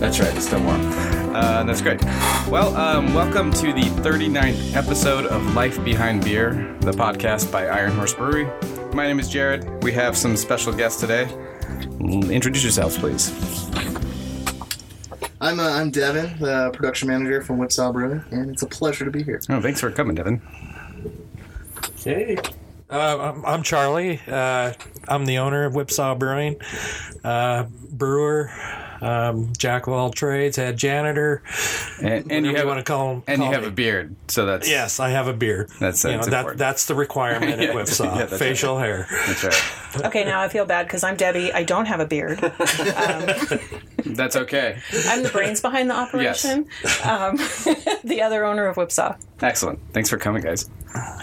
That's right, it's still warm. Uh, that's great. Well, um, welcome to the 39th episode of Life Behind Beer, the podcast by Iron Horse Brewery. My name is Jared. We have some special guests today. L- Introduce yourselves, please. I'm uh, I'm Devin, the production manager from Whipsaw Brewing, and it's a pleasure to be here. Oh, thanks for coming, Devin. Hey. Uh, I'm, I'm Charlie. Uh, I'm the owner of Whipsaw Brewing, uh, brewer, um, jack of all trades, head janitor. And, and you whatever have want to call him? and you have a beard, so that's Yes, I have a beard. That's- you that's that, important. that's the requirement Yeah, at Whipsaw. yeah, that's right. facial hair. that's right. Okay, now I feel bad because I'm Debbie. I don't have a beard. That's okay. I'm the brains behind the operation. Um, the other owner of Whipsaw. Excellent. Thanks for coming, guys.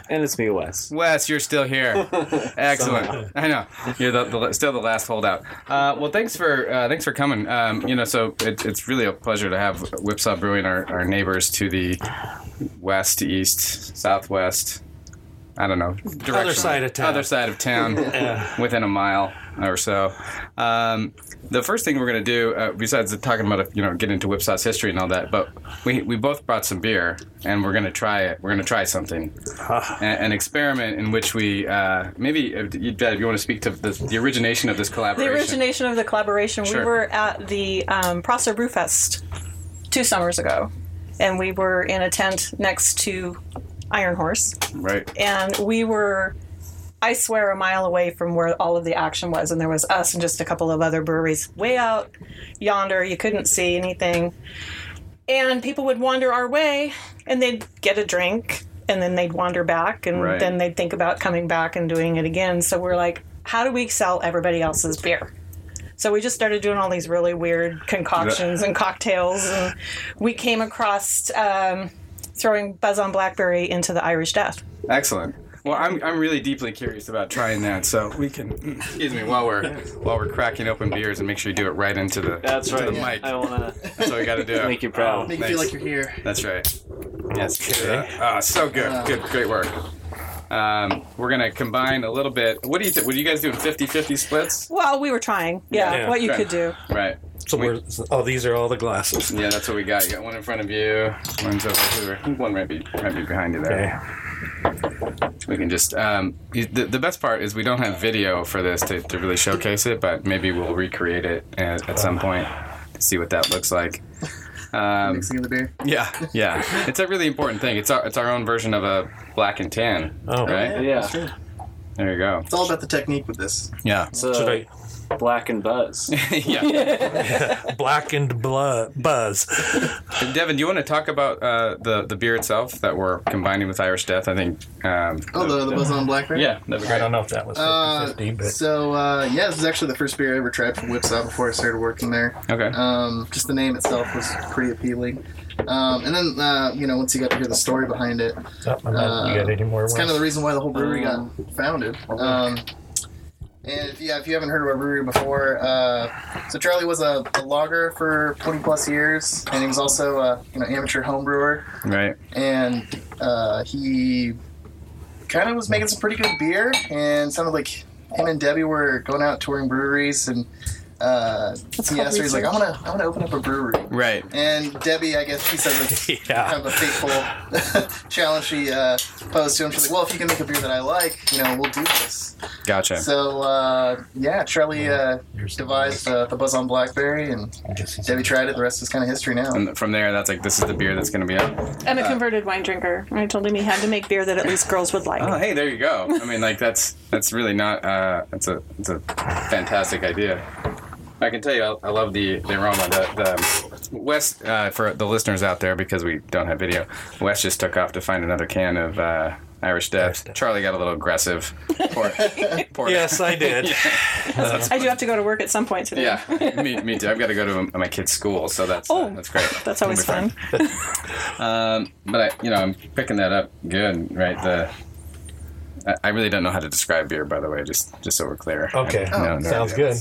And it's me, Wes. Wes, you're still here. Excellent. I know you're the, the, still the last holdout. Uh, well, thanks for uh, thanks for coming. Um, you know, so it, it's really a pleasure to have Whipsaw Brewing, our, our neighbors to the west, east, southwest. I don't know. directionally. side of town. Other side of town, within a mile or so. Um, the first thing we're going to do, uh, besides the- talking about, you know, get into Whipsaw's history and all that, but we, we both brought some beer and we're going to try it. We're going to try something a- an experiment in which we uh, maybe uh, you, Deb, you want to speak to the, the origination of this The collaboration. origination of the collaboration. Sure. We were at the um, Prosser Brewfest two summers ago, and we were in a tent next to Iron Horse, right? and we were. I swear a mile away from where all of the action was, and there was us and just a couple of other breweries way out yonder. You couldn't see anything. and people would wander our way and they'd get a drink and then they'd wander back and Right. then they'd think about coming back and doing it again so we're like how do we sell everybody else's beer so we just started doing all these really weird concoctions and cocktails and we came across um, throwing buzz on blackberry into the irish death Excellent. Well, I'm, I'm really deeply curious about trying that, so we can excuse me while we're while we're cracking open beers and make sure you do it right into the That's into right. the mic. I want to That's what we got to do. make you proud. Make you feel Thanks. like you're here. That's right. Yes. Ah, so good. Good. Great work. Um, we're gonna combine a little bit. What do you think? What are you guys doing? 50-50 splits? well we were trying yeah, Yeah. what you Right. could do Right. So we're, oh, these are all the glasses. Yeah, that's what we got. You got one in front of you. One's over here. One might be might be behind you Okay. there. We can just um, you- the, the best part is we don't have video for this to, to really showcase it, but maybe we'll recreate it at, at some point to see what that looks like. Um, Mixing of the beer. yeah, yeah, it's a really important thing. It's our it's our own version of a black and tan. Oh. right. Yeah. Sure. There you go. It's all about the technique with this. Yeah, So, Should I black and buzz. yeah. blackened blood buzz? Devin, do you want to talk about uh, the the beer itself that we're combining with Irish Death? I think. Um, Oh, the, the buzz on blackberry. yeah, that'd be I great. don't know if that was 50, Uh, 50 but so uh, yeah, this is actually the first beer I ever tried from Whipsaw before I started working there. Okay. Um, just the name itself was pretty appealing. Um, and then uh, you know once you got to hear the story behind it, Oh, I'm not- you uh, got any more? It's Wes? kind of the reason why the whole brewery got founded. Um, and if, yeah, if you haven't heard of our brewery before, uh, so Charlie was a, a logger for 20 plus years, and he was also a you know amateur home brewer, Right. and uh, he kind of was making some pretty good beer, and sounded like him and Debbie were going out touring breweries, and uh, he asked her, he's like, I want to, I want to open up a brewery. Right. And Debbie, I guess she says it's Yeah. kind of a fateful challenge she uh, posed to him. She's like, "Well, if you can make a beer that I like, you know, we'll do this." Gotcha. So uh, yeah, Charlie uh, Here's- devised uh, the Buzz on Blackberry, and I guess he's- Debbie tried it. The rest is kind of history now. and from there, that's like this is the beer that's going to be out. i'm a converted wine drinker and i told him he had to make beer that at least girls would like Oh, hey, there you go. I mean, like that's that's really not. Uh, it's a it's a fantastic idea. I can tell you, I, I love the the aroma. The, the Wes uh, for the listeners out there because we don't have video. Wes just took off to find another can of. Uh, Irish Death. Charlie got a little aggressive. Poor, poor yes, I did. i do have to go to work at some point today Yeah, me, me too. I've got to go to my kid's school, so that's uh, Oh. that's great. that's always It'll be fun Um, but I, you know, I'm picking that up good, right? The I- I really don't know how to describe beer, by the way. Just just so we're clear. Okay. I- no, no Sounds idea. good.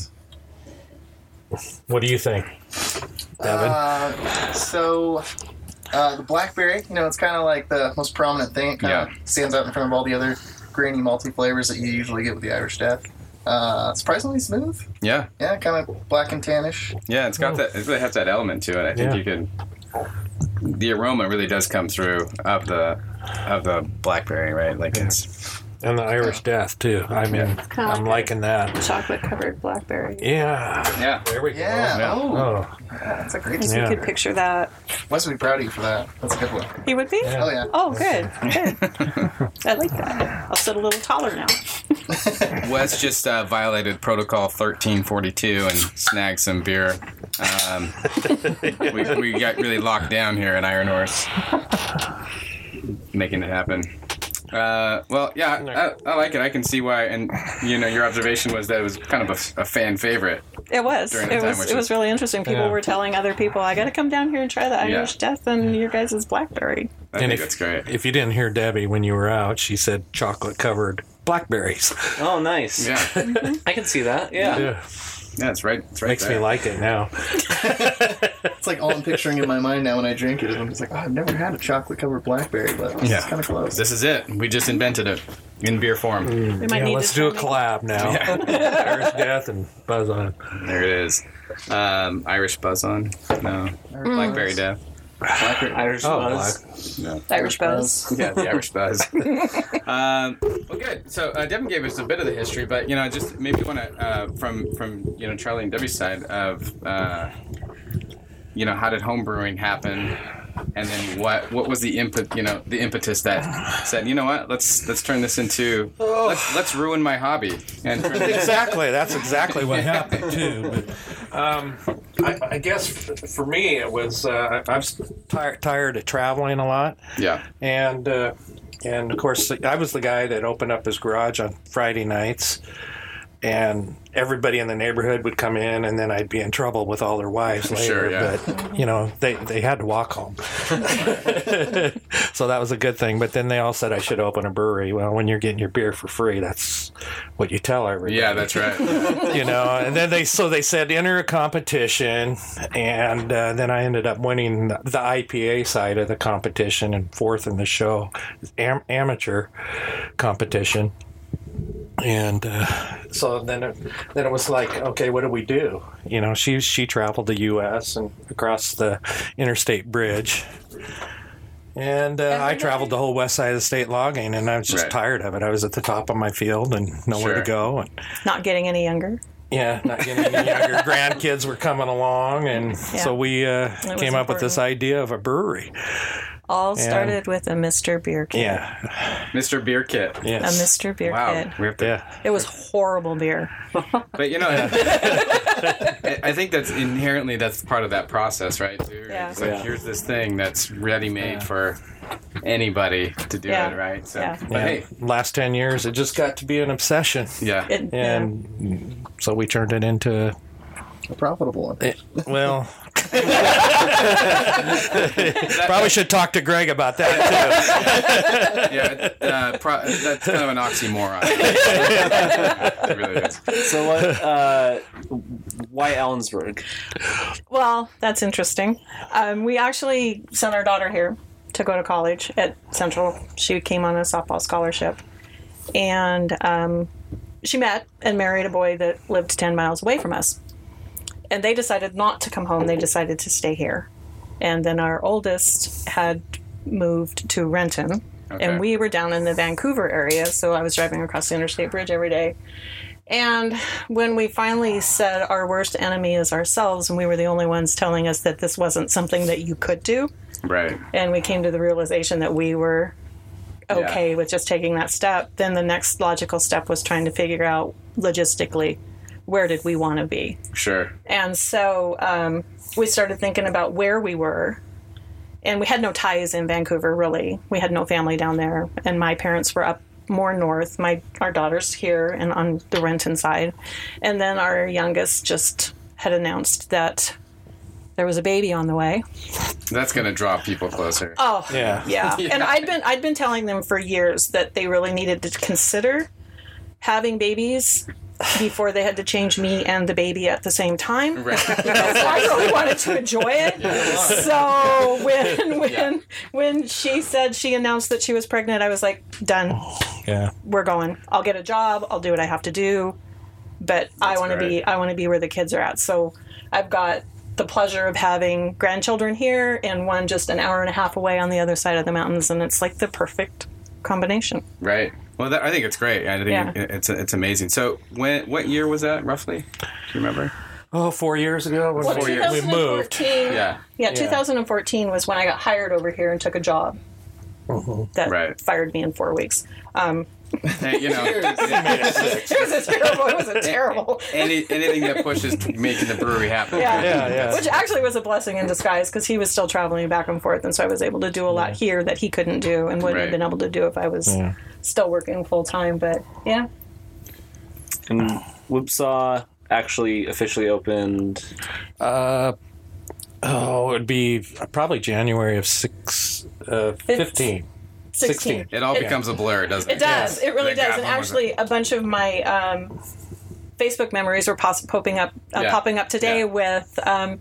What do you think, Devin? Uh, so uh, the blackberry, you know, it's kind of like the most prominent thing. It kind of Yeah. stands out in front of all the other grainy, malty flavors that you usually get with the Irish Death. Uh, surprisingly smooth. Yeah, Yeah, kind of black and tannish. yeah, it's got that. It has that element to it. I think Oh. Yeah. you could. The aroma really does come through of the of the blackberry, right? Like it's And the Irish Death too. I mean, kinda I'm like liking that. Chocolate covered blackberry. Yeah. yeah. There we Yeah. Yeah. Oh, go. Oh, that's a great. If Yeah. you could picture that, Wes would be proud of you for that. That's a good one. he would be. Yeah. Oh yeah. Oh, good. good. I like that. I'll sit a little taller now. Wes just uh, violated Protocol 1342 and snagged some beer. Um, we, we got really locked down here at Iron Horse, making it happen. Uh, well, yeah, I, I like it. I can see why. And you know, your observation was that it was kind of a, a fan favorite. It was. During the It time, was. which It is- was really interesting. People Yeah. were telling other people, "I got to come down here and try the Yeah. Irish Death and your guys' blackberry." I And think if- that's great. if you didn't hear Debbie when you were out, she said chocolate covered blackberries. Oh, nice. yeah, I can see that. Yeah. Yeah. yeah, it's right. It's right Makes me there. like it now. It's like all I'm picturing in my mind now when I drink it. And I'm just like, oh, I've never had a chocolate covered blackberry, but it's Yeah. kind of close. This is it. We just invented it in beer form. We might Yeah, need let's to do a try- collab now. Irish Death and Buzz on. There it is. Um, Irish buzz on. No, blackberry death. blackberry. Irish Oh, buzz. No. Irish Buzz. Yeah, the Irish buzz. um, well, good. So uh, Devin gave us a bit of the history, but you know, just maybe want to uh, from from you know Charlie and Debbie's side of uh, you know how did home brewing happen, and then what what was the input you know the impetus that said you know what let's let's turn this into let's, let's ruin my hobby and turn this- exactly. That's exactly what happened too. But um, I, I guess f- for me, it was uh, I- I'm s- tired tired of traveling a lot, yeah and uh, and of course I was the guy that opened up his garage on Friday nights. And everybody in the neighborhood would come in, and then I'd be in trouble with all their wives later. Sure, yeah. But you know, they, they had to walk home, so that was a good thing. But then they all said I should open a brewery. Well, when you're getting your beer for free, that's what you tell everybody yeah that's right you know and then they so they said enter a competition and uh, then i ended up winning the, the ipa side of the competition and fourth in the show am, amateur competition and uh, so then it, then it was like okay what do we do you know she she traveled the us and across the interstate bridge and uh, I traveled the whole west side of the state logging, and I was just Right. tired of it. I was at the top of my field and Sure. nowhere to go. And Not getting any younger. yeah, not getting any younger. Grandkids were coming along, and so we uh, was came up with this idea of a brewery. All started with a Mr. Beer Kit. Yeah, Mr. Beer Kit A yes. Mr. Beer wow Kit. we have to Yeah, It was horrible beer. But you know, I I think that's inherently that's part of that process, right? Dude? Yeah. It's like Yeah. here's this thing that's ready made for anybody to do Yeah. it, right? So, Yeah. but yeah. hey, Last ten years, it just got to be an obsession, yeah, It, and so we turned it into eh, a profitable one. well. Probably should talk to Greg about that. yeah. Uh, pro- that's kind of an oxymoron. it really is. So what? Uh, why Ellensburg? Well, that's interesting. Um, we actually sent our daughter here to go to college at Central. She came on a softball scholarship, and um, she met and married a boy that lived ten miles away from us. And they decided not to come home. They decided to stay here. And then our oldest had moved to Renton, Okay. and we were down in the Vancouver area. So I was driving across the interstate bridge every day. And when we finally said our worst enemy is ourselves, and we were the only ones telling us that this wasn't something that you could do, Right. and we came to the realization that we were okay with just taking that step, then the next logical step was trying to figure out logistically where did we want to be. Sure. And so um, we started thinking about where we were. And we had no ties in Vancouver, really. We had no family down there. And my parents were up more north. My Our daughter's here and on the Renton side. And then our youngest just had announced that there was a baby on the way. That's gonna draw people closer. Oh, yeah, yeah. And I'd been I'd been telling them for years that they really needed to consider having babies before they had to change me and the baby at the same time. Right. I really wanted to enjoy it. So when when when she said she announced that she was pregnant, I was like, done. yeah. We're going. I'll get a job. I'll do what I have to do. but I want to great. be I want to be where the kids are at. So I've got the pleasure of having grandchildren here and one just an hour and a half away on the other side of the mountains, and it's like the perfect combination. Right. Well, that, I think it's great. I think Yeah. it- it's it's amazing. So, when what year was that roughly? Do you remember? Oh, four years ago. when Well, Four years. We moved. 2014 Yeah. Yeah, 2014 was when I got hired over here and took a job that Right. fired me in four weeks. Um, Hey, you know, it was a terrible. It was a terrible. any, anything that pushes to making the brewery happen. Yeah. Yeah, yeah. Which actually was a blessing in disguise because he was still traveling back and forth, and so I was able to do a lot here that he couldn't do and wouldn't Right. have been able to do if I was Yeah. still working full time. But yeah, And Whipsaw actually officially opened. Oh, it'd be probably January of six, uh, 15. 16. 16. It all becomes a blur, doesn't it? It does. It really The does. And grappling was actually, a bunch of my um, Facebook memories were pos- popping up, uh, Yeah. popping up today Yeah. with um,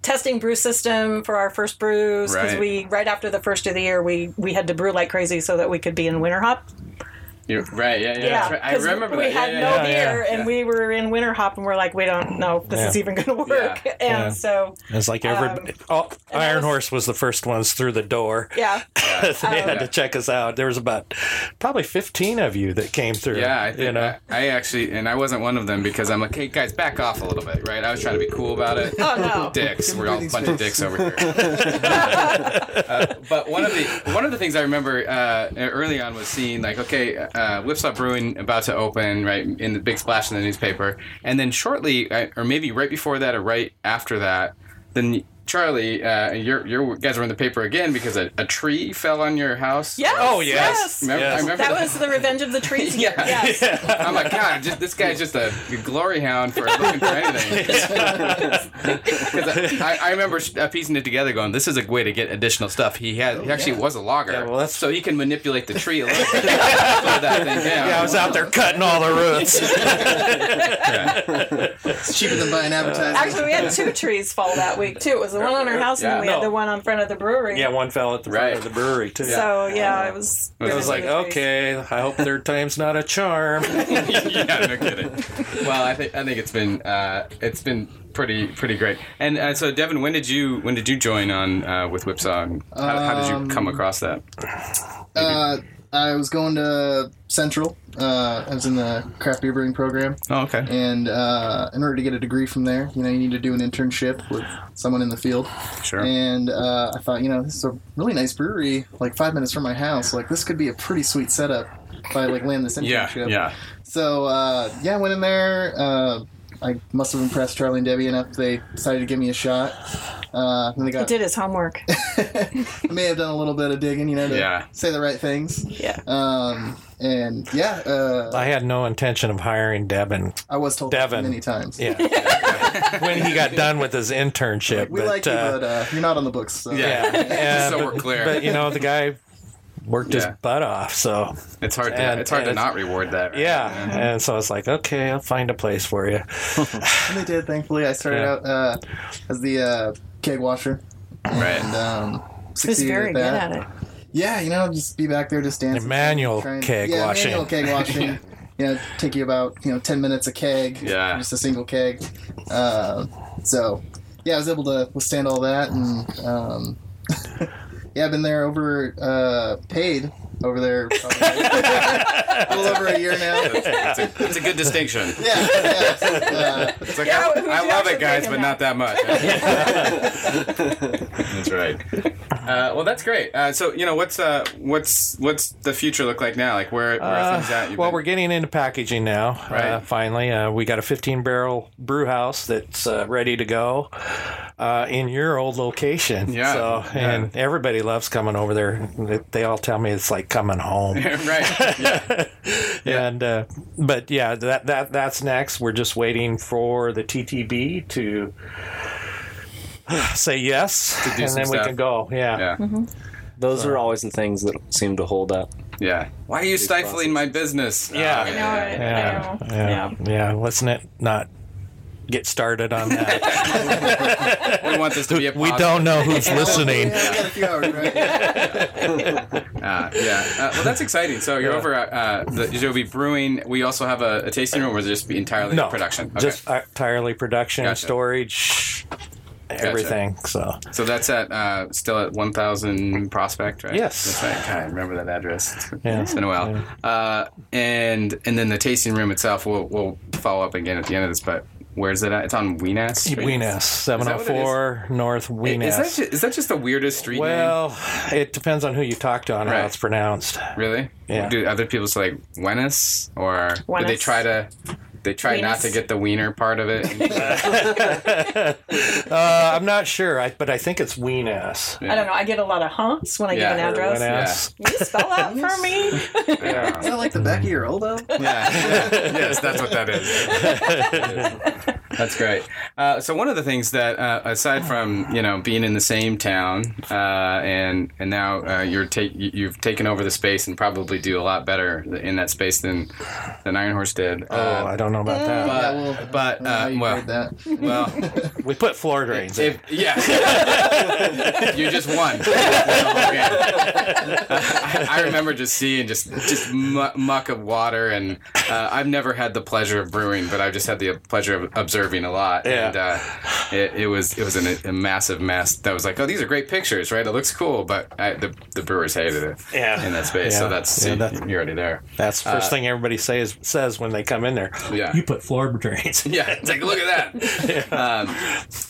testing brew system for our first brews because Right. we right after the first of the year we we had to brew like crazy so that we could be in winter hop. You're- right. Yeah. Yeah. that's right. I 'cause remember we that. had yeah, no yeah, yeah. beer and Yeah. we were in winter hop and we're like we don't know if this is Yeah. even going to work Yeah. and Yeah. so It's like every. Um, oh, that Iron was- Horse was the first ones through the door. yeah. they had Yeah. to check us out. There was about probably 15 of you that came through. Yeah, I think you know. I, I actually, and I wasn't one of them because I'm like, hey guys, back off a little bit, right? I was trying to be cool about it. Oh no. dicks. We're all a bunch of dicks over here. Uh, but one of the one of the things I remember uh, early on was seeing like, okay, uh, Whipsaw Brewing about to open, right, in the big splash in the newspaper, and then shortly, uh, or maybe right before that, or right after that, then. Charlie, uh, your your guys were in the paper again because a, a tree fell on your house. Yes. Oh, yes. yes. remember, I Yes. remember That was the Revenge of the Trees year. Yeah. Yes. I'm like, Oh God, just, this guy's just a glory hound for looking for anything. Because I, I remember uh, piecing it together, going, "This is a way to get additional stuff." He had, he actually was a logger, well, that's- so he can manipulate the tree a little bit. to slow that thing down. Yeah, I was out there cutting all the roots. It's cheaper than buying advertising. Actually, we had two trees fall that week too. It was the one on our house, and Yeah. then we had No. the one on front of the brewery. yeah, one fell at the front Right. of the brewery too. So yeah, it was. It I was like, okay, I hope third time's not a charm. yeah, no kidding. Well, I think I think it's been uh, it's been pretty pretty great. And uh, so, Devin, when did you when did you join on uh, with Whipsaw? And how, how did you come across that? Um, Uh, I was going to Central. Uh, I was in the craft beer brewing program, Oh, okay. and uh, in order to get a degree from there, you know, you need to do an internship with someone in the field. Sure. And uh, I thought, you know, this is a really nice brewery, like five minutes from my house. Like this could be a pretty sweet setup if I like land this yeah, internship. yeah. So uh, yeah, I went in there. Uh, I must have impressed Charlie and Debbie enough. They decided to give me a shot. Uh, and they He got did his homework. I may have done a little bit of digging, you know, to Yeah. say the right things. Yeah. Um, and yeah, uh, I had no intention of hiring Devin. I was told Devin. many times. Yeah. when he got done with his internship. We but, like uh, you, but uh, you're not on the books. So. Yeah. Yeah. yeah, so but, we're clear. uh, But you know, the guy worked Yeah. his butt off. So It's hard to And- it's hard to and it's- not reward that. right? yeah, and so I was like, okay, I'll find a place for you. And they did. Thankfully, I started Yeah. out uh, as the uh, keg washer, and Right. um, He was succeeded very at good that. at it. Yeah, you know, just be back there, just dancing, Manual trying- keg yeah, washing. manual keg washing. You know, take you about you know ten minutes a keg. Yeah. just a single keg. Uh, so, yeah, I was able to withstand all that, and um, yeah, I've been there over uh, paid over there probably a little over a year now. It's a, it's a good distinction. Yeah, yeah. Uh, It's like, Yeah, I, we I should love actually it, guys, bring but him not that much. that's right. Uh, well, that's great. Uh, so, you know, what's uh, what's what's the future look like now? Like, where, where are Uh, things at? You've well, been- we're getting into packaging now. Uh, Right. finally, uh, we got a 15 barrel brew house that's uh, ready to go uh, in your old location. Yeah, So, yeah. and everybody loves coming over there. They- They all tell me it's like coming home. right. And uh, but yeah, that that that's next. We're just waiting for the TTB to say yes, do and some then we stuff. can go. Yeah. Yeah. Those are always the things that seem to hold up. Yeah. Why are you stifling my business? Yeah. Oh, I know it. Yeah, I know. yeah, yeah. Let's not, not get started on that. We want this to be a We positive- don't know who's listening. Yeah, we got a few hours, right? Uh, yeah. Uh, well, that's exciting. So you're over at uh, the you'll be brewing. We also have a, a tasting room, or is it just be entirely no production? Okay. just entirely production, Gotcha. storage, everything. So so that's at uh, still at 1000 Prospect, right? Yes. That's right. God, I remember that address. Yeah. It's been a while. Uh, and and then the tasting room itself, we'll, we'll follow up again at the end of this. But where's it at? It's on Weenass. Street? Weenus, seven that hundred what it four North Is that, Weenus. ju- is that just the weirdest street Well, it depends on who you talk to on Right. how it's pronounced. name? Really? Yeah. Do other people say like Wenis or do they Wenis. try to? They try not Weenus. to get the wiener part of it. Uh, I'm not sure, I, but I think it's Weenus. I don't know. I get a lot of hunts when I Yeah. give an address. Yeah. Weenus. Can you spell out for me? Yeah. Is that like the back of your elbow? Yeah. yes, that's what that is. that's great. Uh, so one of the things that, uh, aside from you know being in the same town, uh, and and now uh, you're take you- you've taken over the space and probably do a lot better in that space than than Iron Horse did. Oh, Uh, I don't know about that. but well, but uh, I don't know how you well, grade that. well, we put floor drains. in. if, yeah, you just won. I, I remember just seeing just just mu- muck of water, and uh, I've never had the pleasure of brewing, but I've just had the pleasure of observing a lot. Yeah. And uh, it, it was it was an, a massive mess that was like, oh, these are great pictures, right? It looks cool, but I, the the brewers hated it. Yeah. In that space, so Yeah. that's, Yeah, you- that's- you're already there. That's the first thing everybody says says when they come in there. uh, Yeah. You put floor drains. in. Yeah, take a look at that. um,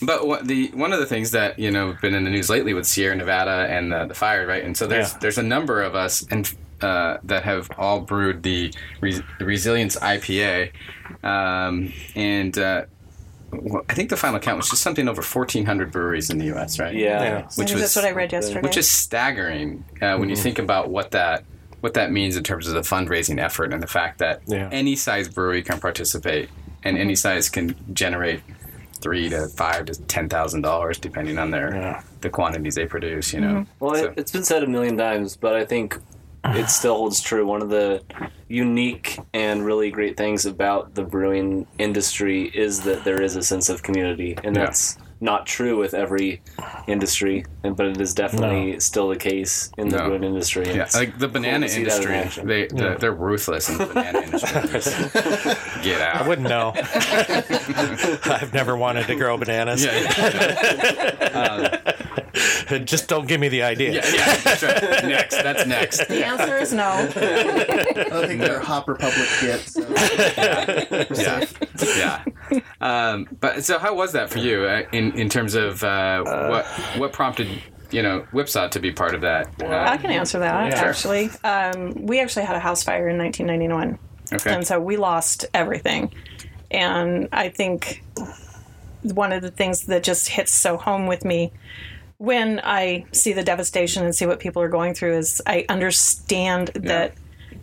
but what the one of the things that you know have been in the news lately with Sierra Nevada and the, the fire, right? And so there's Yeah. there's a number of us and uh, that have all brewed the, Res- the Resilience IPA, um, and uh, well, I think the final count was just something over 1,400 breweries in the U.S. Right? Yeah. Yeah. which Which was that's what I read yesterday. which is staggering uh, when you Mm-hmm. think about what that what that means in terms of the fundraising effort and the fact that Yeah. any size brewery can participate and Mm-hmm. any size can generate three to five to ten thousand dollars depending on their Yeah. the quantities they produce you know Mm-hmm. Well, So- it, it's been said a million times, but I think it still holds true. One of the unique and really great things about the brewing industry is that there is a sense of community, and Yeah. that's not true with every industry, and but it is definitely still the case in the No. brewing industry. yeah, like the banana see that in industry, action. they the, they're ruthless in the banana industry. Get I out. wouldn't know. I've never wanted to grow bananas. Yeah, Just don't give me the idea. yeah, yeah. That's right. Next, that's next. the answer is no. I don't think they're a Hop Republic yet. So. yeah, yeah. Um, but so, how was that for you uh, in in terms of uh, what what prompted you know Whipsaw to be part of that? I Uh, can answer that Sure. actually. Um, we actually had a house fire in 1991. okay. And so we lost everything. And I think one of the things that just hits so home with me when I see the devastation and see what people are going through is I understand that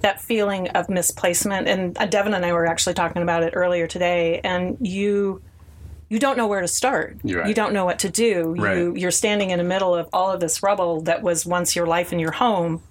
that feeling of misplacement and uh, Devin and I were actually talking about it earlier today and you you don't know where to start. You're right. You don't know what to do. You Right. you're standing in the middle of all of this rubble that was once your life and your home.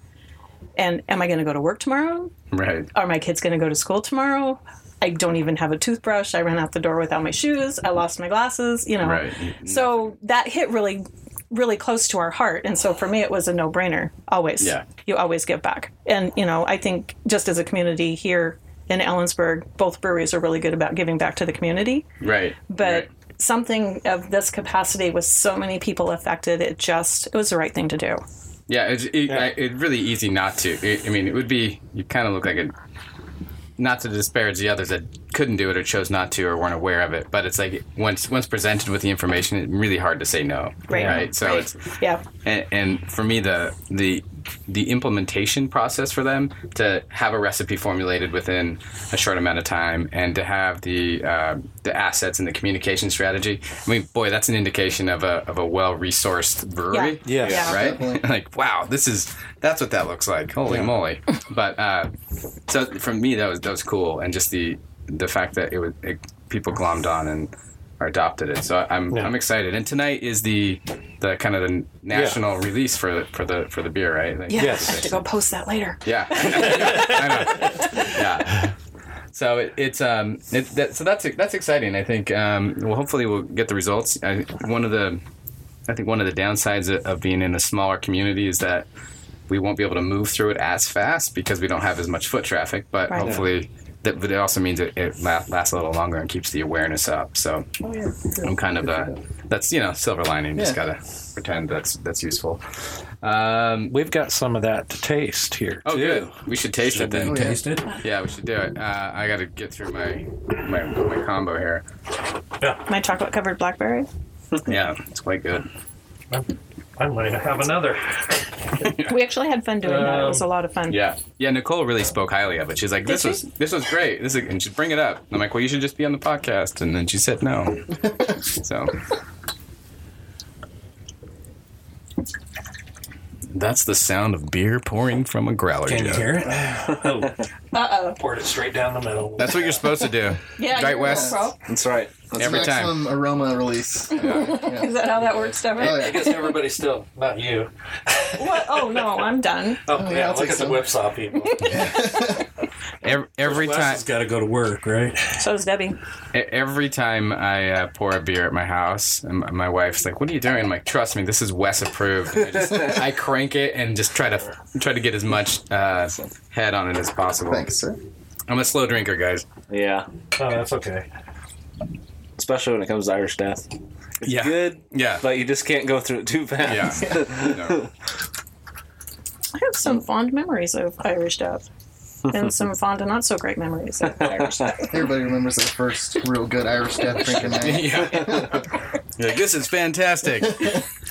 And am I going to go to work tomorrow? Right. are my kids going to go to school tomorrow? I don't even have a toothbrush. I ran out the door without my shoes. I lost my glasses, you know. Right. So that hit really, really close to our heart. And so for me, it was a no brainer. Always. Yeah. You always give back. And, you know, I think just as a community here in Ellensburg, both breweries are really good about giving back to the community. Right. But right. something of this capacity with so many people affected, it just, it was the right thing to do. Yeah, it's it, I it's really easy not to. It, I mean, it would be you kind of look like a not to disparage the others that couldn't do it or chose not to or weren't aware of it, but it's like once once presented with the information, it's really hard to say no. Right. So Right. it's Yeah. and, and for me the the the implementation process for them to have a recipe formulated within a short amount of time and to have the uh, the assets and the communication strategy i mean boy that's an indication of a, of a well-resourced brewery Yes. Yeah. right Definitely. like wow this is that's what that looks like holy moly but uh, so for me that was that was cool and just the the fact that it was it, people glommed on and or adopted it so i'm i'm excited and tonight is the the kind of the national release for the for the for the beer right Like- Yeah. Yes. I have to go post that later. yeah I know. yeah So it, it's um it, that, so that's that's exciting. I think um well hopefully we'll get the results. I, one of the I think one of the downsides of, of being in a smaller community is that we won't be able to move through it as fast because we don't have as much foot traffic. But Right. hopefully that but it also means it, it la- lasts a little longer and keeps the awareness up. So Oh, yeah. I'm kind of uh that's you know silver lining. Just Yeah. gotta pretend that's that's useful. Um, We've got some of that to taste here. oh too. good. We should taste it then. Oh, yeah. taste it. Yeah, we should do it. Uh, I got to get through my, my my combo here. My chocolate covered blackberry. Yeah, it's quite good. I might have another. We actually had fun doing that. It was a Um, lot of fun. Yeah, yeah. Nicole really spoke highly of it. She's like, "This she? was this was great." This is, and she bring it up. And I'm like, "Well, you should just be on the podcast." And then she said no. so that's the sound of beer pouring from a growler Can you jug. hear it? Uh oh. Poured it straight down the middle. That's what you're supposed to do. Yeah. Right, you're Wes? a pro. That's right. That's Every time. Maximum aroma release. Is that how that works, Deborah? Oh, right. I guess everybody still. Not you. What? Oh no, I'm done. Oh, yeah, yeah, I'll look take at the some. whipsaw people. Every, every Wes time, has got to go to work, right? So's Debbie. E- Every time I uh, pour a beer at my house, and my- my wife's like, "What are you doing?" I'm like, "Trust me, this is Wes approved." And I, just, I crank it and just try to try to get as much uh, head on it as possible. Thanks, sir. I'm a slow drinker, guys. Yeah. Oh, that's okay. Especially when it comes to Irish death. It's Yeah. good, Yeah, but you just can't go through it too fast. No. I have some fond memories of Irish Death. And some fond and not so great memories of Irish Death. Everybody remembers their first real good Irish death drinking night. yeah. You're like, this is fantastic.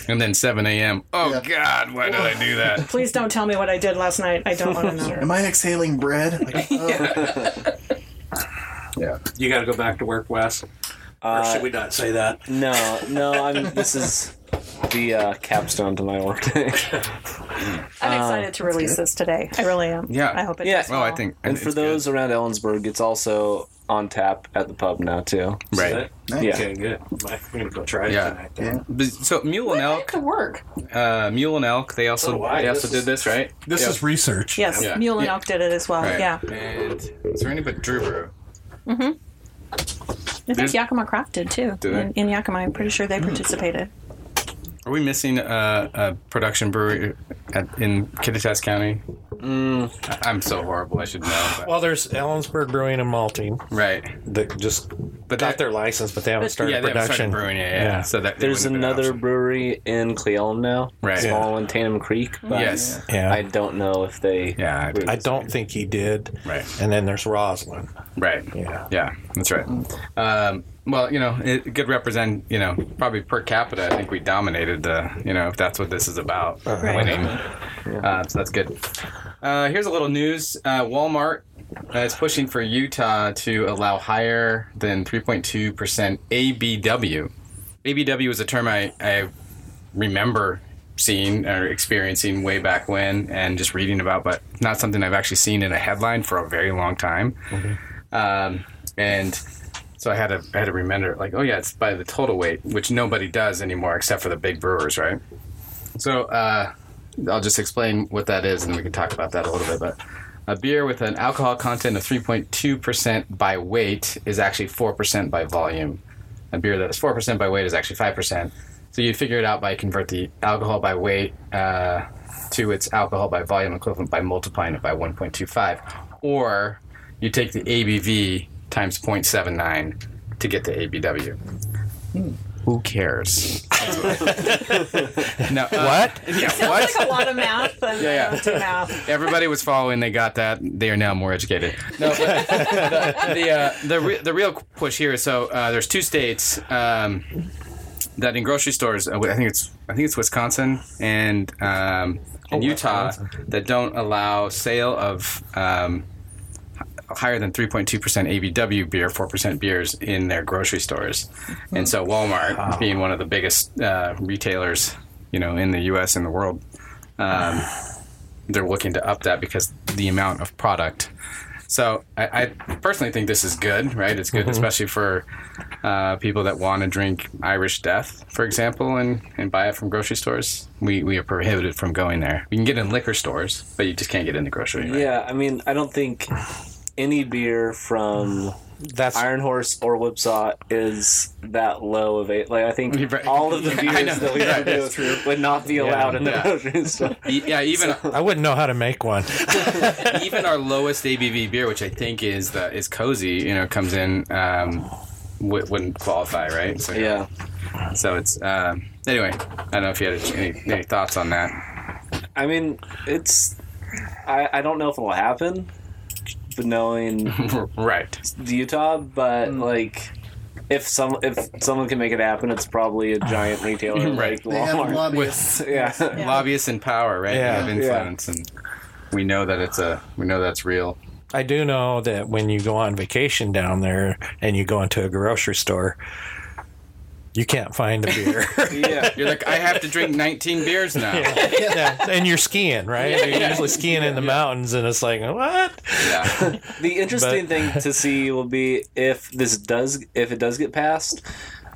And then 7 a.m. Oh Yeah. God, why did I do that? Please don't tell me what I did last night. I don't want to know. Am I exhaling bread? Like, oh, Yeah. You got to go back to work, Wes. Or Uh, should we not say that? No, no, I'm. This is the uh, capstone to my workday. I'm excited to release this today. I really am. Yeah. I hope it Yeah. does Well, I well. think and it's for good. those around Ellensburg, it's also on tap at the pub now too. right? nice. Yeah. Okay, good. I'm gonna go try it Yeah. tonight. Yeah. But- So Mule and I have Elk, to work. uh, Mule and Elk, they also So do I. they also This did is- this, right? This Yeah. is research. Yes, Yeah. Mule and Yeah. Elk did it as well. Right. Yeah. And is there any but Drew Brew? I think There's- Yakima Craft did too. Did they? Hmm. in, in Yakima, I'm pretty sure they participated. Are we missing uh, a production brewery at, in Kittitas County? Mm. I'm so horrible. I should know. But, Well, there's Ellensburg Brewing and Malting right, that just but got that, their license, but they haven't But- started yeah, they haven't production. started brewing yet. Yeah, Yeah. So that they There's wouldn't have been another an brewery in Cleon now, Right. small in Tandem Creek. But option. yes, yeah. I don't know if they. yeah, I- I don't think he did. Right. And then there's Roslyn. right, Yeah. yeah, that's right. Um, well, you know, it could represent, you know, probably per capita. I think we dominated the, you know, if that's what this is about, Right. winning. Uh, so that's good. Uh, here's a little news. Uh, Walmart uh, is pushing for Utah to allow higher than 3.2% ABW. ABW is a term I, I remember seeing or experiencing way back when and just reading about, but not something I've actually seen in a headline for a very long time. Um, and so I had to I had to remember like, oh yeah, it's by the total weight, which nobody does anymore except for the big brewers, right? So uh, I'll just explain what that is, and we can talk about that a little bit. But a beer with an alcohol content of 3.2% by weight is actually 4% by volume. A beer that is 4% by weight is actually 5%. So you figure it out by convert the alcohol by weight uh, to its alcohol by volume equivalent by multiplying it by 1.25, or you take the ABV times 0.79 to get the ABW. Hmm. Who cares? no, uh, What? Yeah, what? Sounds like a lot of math, but Yeah, yeah. uh, to math. Everybody was following. They got that. They are now more educated. No, but the the, uh, the, re- the real push here is so uh, there's two states um, that in grocery stores. Uh, I think it's I think it's Wisconsin and um, and Utah that don't allow sale of um, higher than 3.2% ABW beer, 4% beers in their grocery stores. And so Walmart, being one of the biggest uh, retailers, you know, in the U.S. and the world, um, they're looking to up that because the amount of product. So I, I personally think this is good, right? It's good, especially for uh, people that want to drink Irish Death, for example, and, and buy it from grocery stores. We, we are prohibited from going there. We can get in liquor stores, but you just can't get in the grocery. Right? Yeah, I mean, I don't think any beer from That's Iron Horse or Whipsaw is that low of a like. I think You're right. all of the Yeah, I know. beers that we Yeah, would that's do would not be allowed in the Yeah. grocery store. Y- Yeah, even I wouldn't know how to make one. even our lowest ABV beer, which I think is the is cozy, you know, comes in um, w- wouldn't qualify, right? So, Yeah, So it's um, anyway. I don't know if you had any, any thoughts on that. I mean it's. I I don't know if it'll happen, but knowing right. Utah, but Hmm. like. If some if someone can make it happen, it's probably a giant retailer Right. like They have Walmart. lobbyists. yeah, Lobbyists in power, right? Yeah, They have influence, and we know that it's a we know that's real. I do know that when you go on vacation down there and you go into a grocery store, you can't find a beer. yeah. You're like, I have to drink 19 beers now. Yeah. Yeah, And you're skiing, right? You're usually skiing in the mountains, and it's like, what? The interesting But- thing to see will be if this does if it does get passed,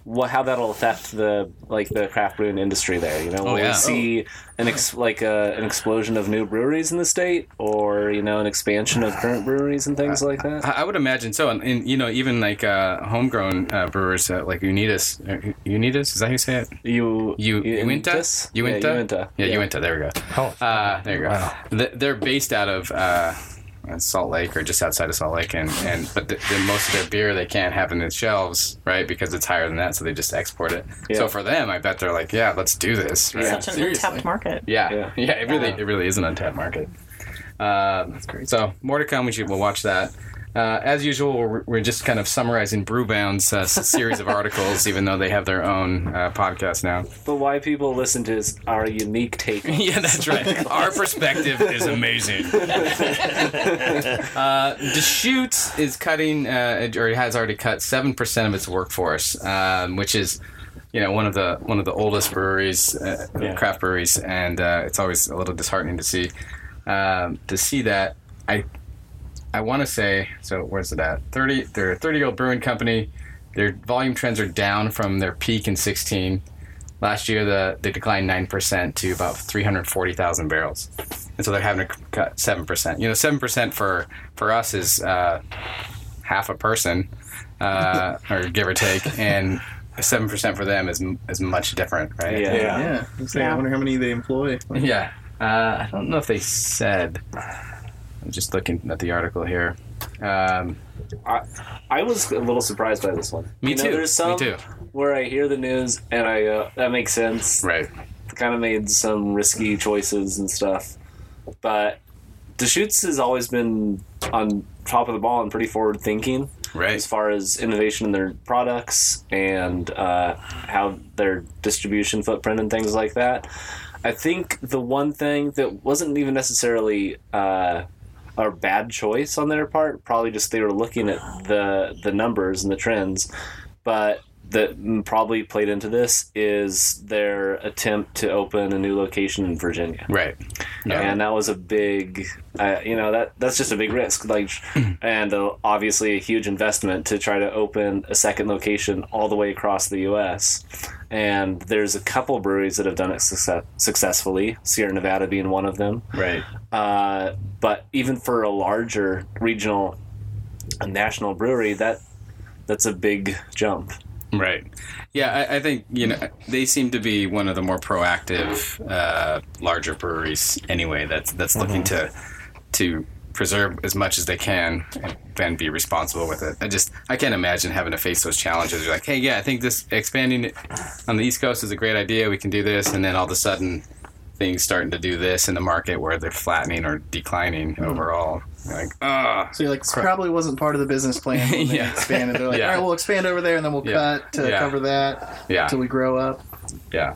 what how that'll affect the like the craft brewing industry there. You know, will Oh, yeah. we see an ex, like a, an explosion of new breweries in the state, or you know, an expansion of current breweries and things like that? I I would imagine so, and, and you know, even like uh, homegrown uh, brewers uh, like Unitas, uh, Unitas, is that how you say it? You You, Uinta, Uintas? Uinta, Yeah, Uinta. yeah, Uinta. There we go. Oh, Uh, there you go. Wow. Th- They're based out of uh, Salt Lake or just outside of Salt Lake, and, and but the, the, most of their beer they can't have in the shelves, right? Because it's higher than that, so they just export it. Yeah. So for them, I bet they're like, yeah, let's do this. Right? Such an untapped market. Yeah, Yeah. yeah, It really, it really is an untapped market. Um, That's great. So more to come. We should we'll watch that. Uh, as usual, we're, we're just kind of summarizing Brewbound's uh, s- series of articles, even though they have their own uh, podcast now. But why people listen to is our unique take. on Yeah, that's right. Our perspective is amazing. uh, Deschutes is cutting, uh, or has already cut seven percent of its workforce, um, which is, you know, one of the one of the oldest breweries, uh, craft breweries, and uh, it's always a little disheartening to see um, to see that. I I want to say so. Where's it at? Thirty. They're a thirty-year-old brewing company. Their volume trends are down from their peak in sixteen. Last year, the they declined nine percent to about three hundred forty thousand barrels, and so they're having to c- cut seven percent. You know, seven percent for for us is uh, half a person, uh, or give or take, and seven percent for them is m- is much different, right? Yeah. Yeah. I'm saying, I Yeah. wonder how many they employ. Yeah. Uh, I don't know if they said. I'm just looking at the article here. Um, I, I was a little surprised by this one. Me You know, too. There's some Me too. where I hear the news and I go, that makes sense. right. kind of made some risky choices and stuff. But Deschutes has always been on top of the ball and pretty forward thinking as Right. far as innovation in their products and uh, how their distribution footprint and things like that. I think the one thing that wasn't even necessarily uh, a bad choice on their part, probably just they were looking at the the numbers and the trends, but that probably played into this is their attempt to open a new location in Virginia Right. Yeah. and that was a big uh, you know that that's just a big risk like and uh, obviously a huge investment to try to open a second location all the way across the US and there's a couple breweries that have done it success- successfully Sierra Nevada being one of them right. uh, but even for a larger regional and national brewery that that's a big jump Right. Yeah, I, I think you know they seem to be one of the more proactive, uh, larger breweries. Anyway, that's that's looking to to preserve as much as they can and, and be responsible with it. I just I can't imagine having to face those challenges. You're like, hey, yeah, I think this expanding it on the East Coast is a great idea. We can do this, and then all of a sudden things starting to do this in the market where they're flattening or declining overall. You're like, ah, So you're like, this probably wasn't part of the business plan when they Yeah. expanded. They're like, Yeah. all right, we'll expand over there and then we'll Yeah. cut to Yeah. cover that yeah. until we grow up. Yeah,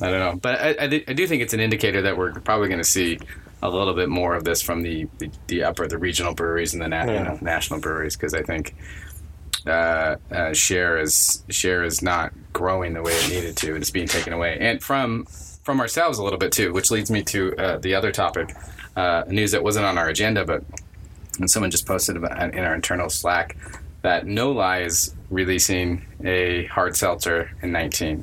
I don't know, but I, I, do- I do think it's an indicator that we're probably going to see a little bit more of this from the the, the upper the regional breweries and the na- you know, national breweries because I think uh, uh, share is share is not growing the way it needed to, and it's being taken away, and from from ourselves a little bit too, which leads me to uh, the other topic, uh, news that wasn't on our agenda, but and someone just posted about, in our internal Slack that No Lie is releasing a hard seltzer in 19.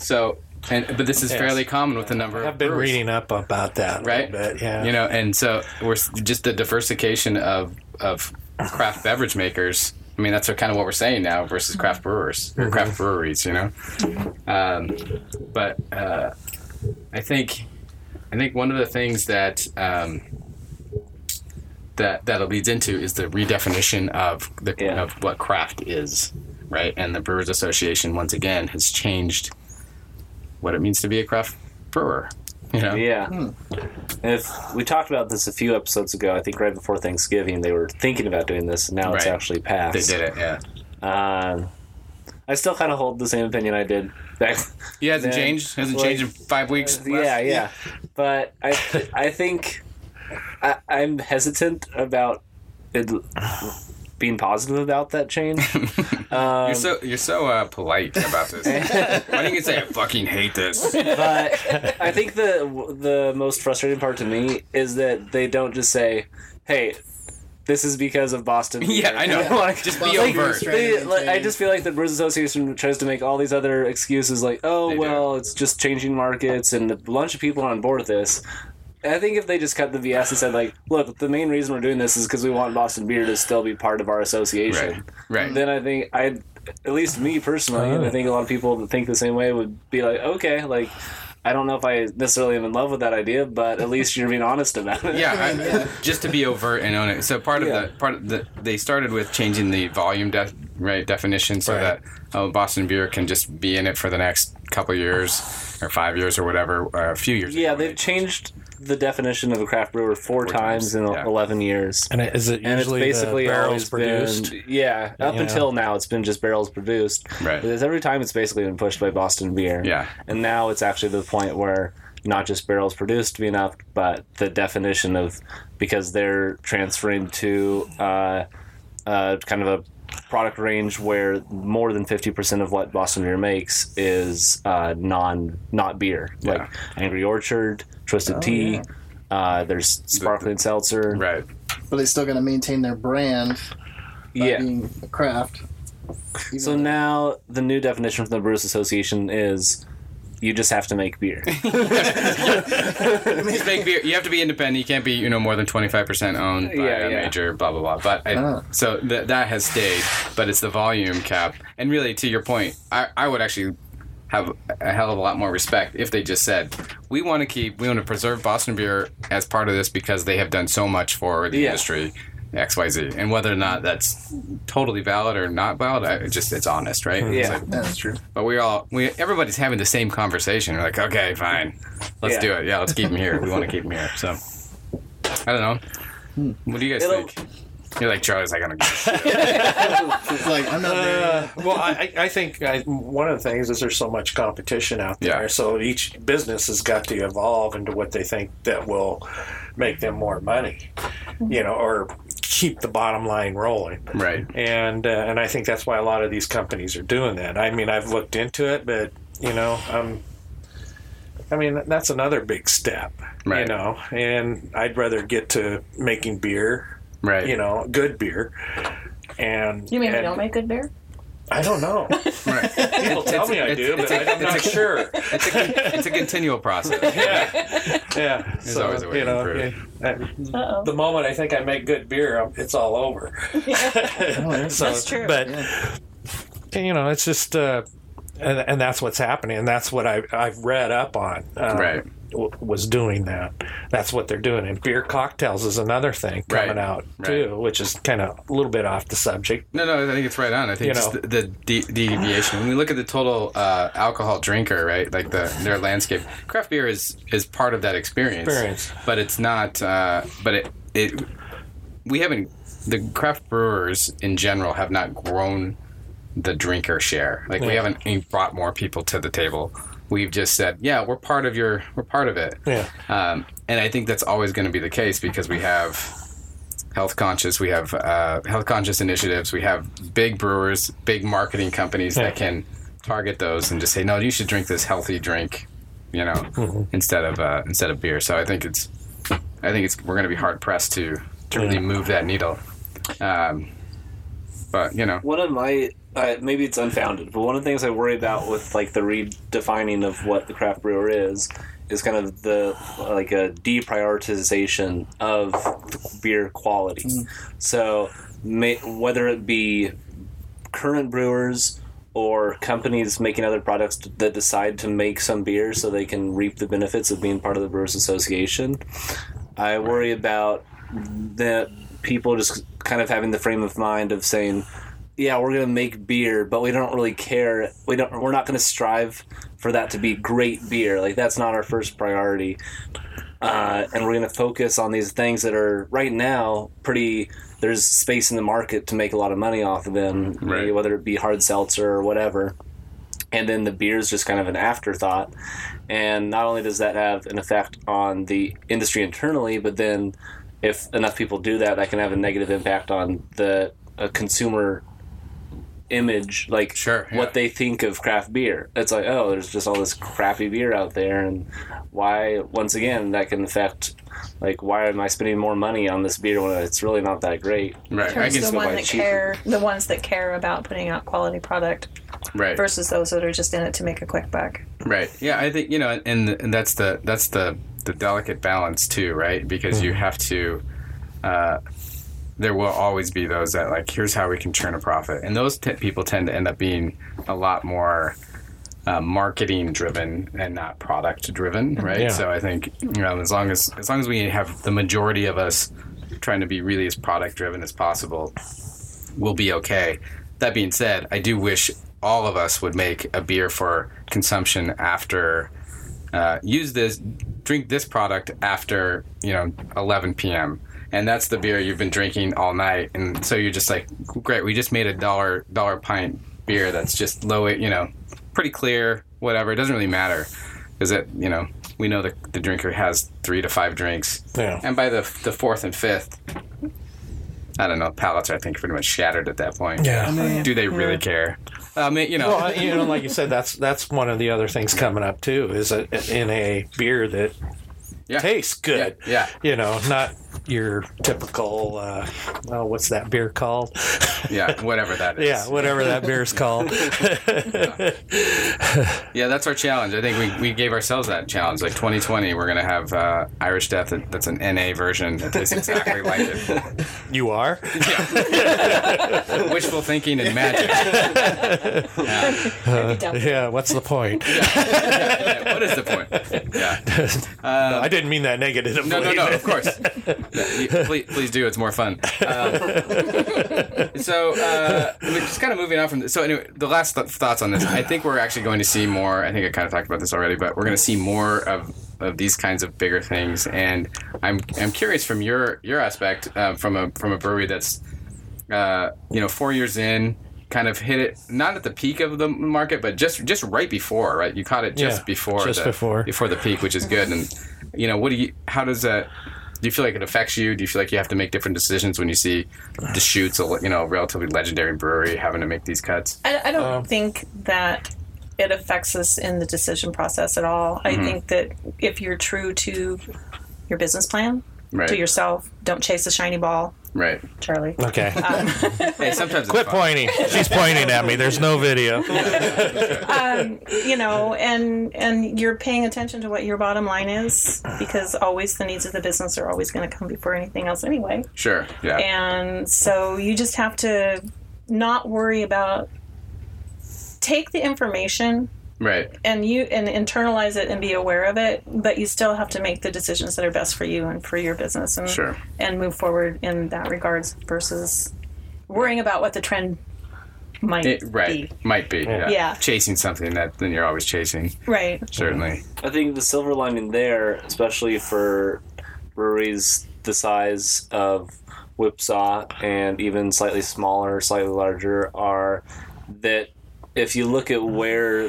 So, and but this is Yes. fairly common with the number. I've been of brewers, reading up about that a right? little bit. Yeah. You know, and so we're s- just the diversification of of craft beverage makers. I mean, that's kind of what we're saying now versus craft brewers or craft breweries, you know. Um, but uh, I think I think one of the things that um, that that it leads into is the redefinition of the Yeah. of what craft is, right? And the Brewers Association once again has changed what it means to be a craft brewer. You know, Yeah. And if we talked about this a few episodes ago, I think right before Thanksgiving they were thinking about doing this, and now it's Right. actually passed. they did it. Yeah, Um, I still kind of hold the same opinion I did back. he hasn't Then, changed. Hasn't like, changed in five weeks. yeah, yeah. But I, I think I, I'm hesitant about it being positive about that change. Um, You're so you're so uh, polite about this. Why didn't you say I fucking hate this? but I think the the most frustrating part to me is that they don't just say, "Hey, this is because of Boston." beer." Yeah, I know. like, Just Like, be overt. they, like, I just feel like the Brewers Association tries to make all these other excuses, like, "Oh, They do. well, it's just changing markets," and a bunch of people are on board with this. And I think if they just cut the BS and said, like, "Look, the main reason we're doing this is because we want Boston beer to still be part of our association," Right. Right. then I think I, at least me personally, and I think a lot of people that think the same way would be like, okay, like I don't know if I necessarily am in love with that idea, but at least you're being honest about it. yeah, I, just to be overt and own it. So part of Yeah. the part of the they started with changing the volume def, right definition so Right. that oh, Boston beer can just be in it for the next couple years or five years or whatever, or a few years. yeah, ago, they've right? changed the definition of a craft brewer four, times, times, in yeah. eleven years. And it- is it And it's usually basically the barrels always produced? been yeah. Up Yeah. until now, it's been just barrels produced. Right. Because every time, it's basically been pushed by Boston Beer. Yeah. And now it's actually to the point where not just barrels produced being up, but the definition of because they're transferring to uh, uh, kind of a product range where more than 50% of what Boston Beer makes is uh, non not beer like Angry Orchard, Oh, Twisted Tea. Uh, there's sparkling seltzer. right. But they still got to maintain their brand by Yeah. being a craft. Even So though- now the new definition from the Brewers Association is you just have to make beer. Just make beer. You have to be independent. You can't be you know more than twenty five percent owned by Yeah, a yeah. Oh. major. Blah blah blah. But I, Ah. so th- that has stayed, but it's the volume cap. And really, to your point, I, I would actually have a hell of a lot more respect if they just said we want to keep we want to preserve Boston beer as part of this because they have done so much for the Yeah. industry. XYZ and whether or not that's totally valid or not valid I, it just it's honest right It's Mm-hmm. Yeah. like, That's true. but we all we everybody's having the same conversation. We're like, okay, fine, let's Yeah. do it. Yeah, let's keep him here. We want to keep him here. So I don't know. What do you guys It'll- think? You're like Charlie's like, I don't give a shit. It's like I'm not there. Uh, well, I, I I think I, one of the things is there's so much competition out there, Yeah. so each business has got to evolve into what they think that will make them more money, Mm-hmm. you know, or keep the bottom line rolling. right. And uh, and I think that's why a lot of these companies are doing that. I mean, I've looked into it, but you know, um, I mean, that's another big step, you Right. know. And I'd rather get to making beer, Right. you know, good beer. And You mean we and- don't make good beer? I don't know. Right. People tell me I do, but I'm not sure. It's a, it's a continual process. Yeah, yeah. There's always a way you to know, improve. yeah, I- Uh-oh. the moment I think I make good beer, I'm- it's all over. So- That's true. But you know, it's just, uh, and, and that's what's happening. And that's what I, I've read up on. Uh, Right. um, W- was doing that. That's what they're doing. And beer cocktails is another thing coming Right. out Right. too, which is kind of a little bit off the subject. No, no, I think it's right on. I think You just know. the, the de- deviation. When we look at the total uh, alcohol drinker, right, like the their landscape, craft beer is is part of that experience. Experience. but it's not. Uh, but it it we haven't. The craft brewers in general have not grown the drinker share. Like we Yeah. haven't in- brought more people to the table. We've just said, yeah, we're part of your, we're part of it. Yeah. Um, and I think that's always going to be the case because we have health conscious, we have uh, health conscious initiatives, we have big brewers, big marketing companies that can target those and just say, no, you should drink this healthy drink, you know, instead of uh, instead of beer. So I think it's, I think it's we're going to be hard pressed to to really move that needle. Um, but you know, one of my uh, maybe it's unfounded, but one of the things I worry about with like the redefining of what the craft brewer is is kind of the like a deprioritization of beer quality. So may, whether it be current brewers or companies making other products that decide to make some beer so they can reap the benefits of being part of the Brewers Association. I worry about the people just kind of having the frame of mind of saying, "Yeah, we're going to make beer, but we don't really care. We don't. We're not going to strive for that to be great beer. Like that's not our first priority." Uh, and we're going to focus on these things that are right now pretty there's space in the market to make a lot of money off of them, Right. whether it be hard seltzer or whatever. And then the beer is just kind of an afterthought. And not only does that have an effect on the industry internally, but then if enough people do that, that can have a negative impact on the uh, consumer image, like Sure, yeah. what they think of craft beer. It's like, oh, there's just all this crappy beer out there, and why? Once again, that can affect. Like, why am I spending more money on this beer when it's really not that great? Right. I Turns can the go one buy that cheaper. care, the ones that care about putting out quality product right. versus those that are just in it to make a quick buck. Right. Yeah, I think you know, and and that's the that's the the delicate balance too, right? Because you have to. Uh, there will always be those that like, here's how we can turn a profit, and those t- people tend to end up being a lot more uh, marketing driven and not product driven, right? Yeah. So I think you know, as long as as long as we have the majority of us trying to be really as product driven as possible, we'll be okay. That being said, I do wish all of us would make a beer for consumption after uh, use this drink this product after you know 11 p.m. and that's the beer you've been drinking all night and so you're just like great we just made a dollar dollar pint beer that's just low you know pretty clear whatever it doesn't really matter because it you know we know the, the drinker has three to five drinks Yeah. and by the the fourth and fifth I don't know. Palates are, I think, pretty much shattered at that point. Yeah. Do they really care? I mean, you know, Well, Oh, I- you know, like you said, that's that's one of the other things coming up too. Is a, in a beer that yeah. tastes good. Yeah. You know, not your typical. Uh, well, what's that beer called? yeah, whatever that is. yeah, whatever that beer's called. Yeah, that's our challenge. I think we, we gave ourselves that challenge. Like 2020, we're going to have uh, Irish Death that- that's an NA version that tastes exactly like it. you are. Wishful thinking and magic. Maybe down- Yeah. What's the point? Yeah, what is the point? Yeah. I didn't mean that negatively. Uh, No, no, no, of course. Yeah, you- please, please do. It's more fun. Um, so, uh, we're just kind of moving on from this. So, anyway, the last th- thoughts on this. I think we're actually going to see more. I think I kind of talked about this already, but we're going to see more of, of these kinds of bigger things. And I'm I'm curious from your your aspect uh, from a from a brewery that's uh, you know four years in. Kind of hit it not at the peak of the market, but just just right before, right? You caught it just Yeah, before, just the, before. before the peak, which is good. And you know, what do you? How does that? Do you feel like it affects you? Do you feel like you have to make different decisions when you see the shoots, a you know, relatively legendary brewery having to make these cuts? I, I don't Um, think that it affects us in the decision process at all. Mm-hmm. I think that if you're true to your business plan, Right. to yourself, don't chase the shiny ball, Right. Charlie. Okay. Hey, sometimes Quit it's fun. pointing. She's pointing at me. There's no video. you know, and and you're paying attention to what your bottom line is because always the needs of the business are always going to come before anything else anyway. Sure. Yeah. And so you just have to not worry about take the information right. and you and internalize it and be aware of it, but you still have to make the decisions that are best for you and for your business and Sure. and move forward in that regards versus worrying about what the trend might It, right. be. Might be. Yeah. Yeah. Chasing something that then you're always chasing. Right. Certainly. I think the silver lining there, especially for breweries the size of Whipsaw and even slightly smaller, slightly larger, are that if you look at where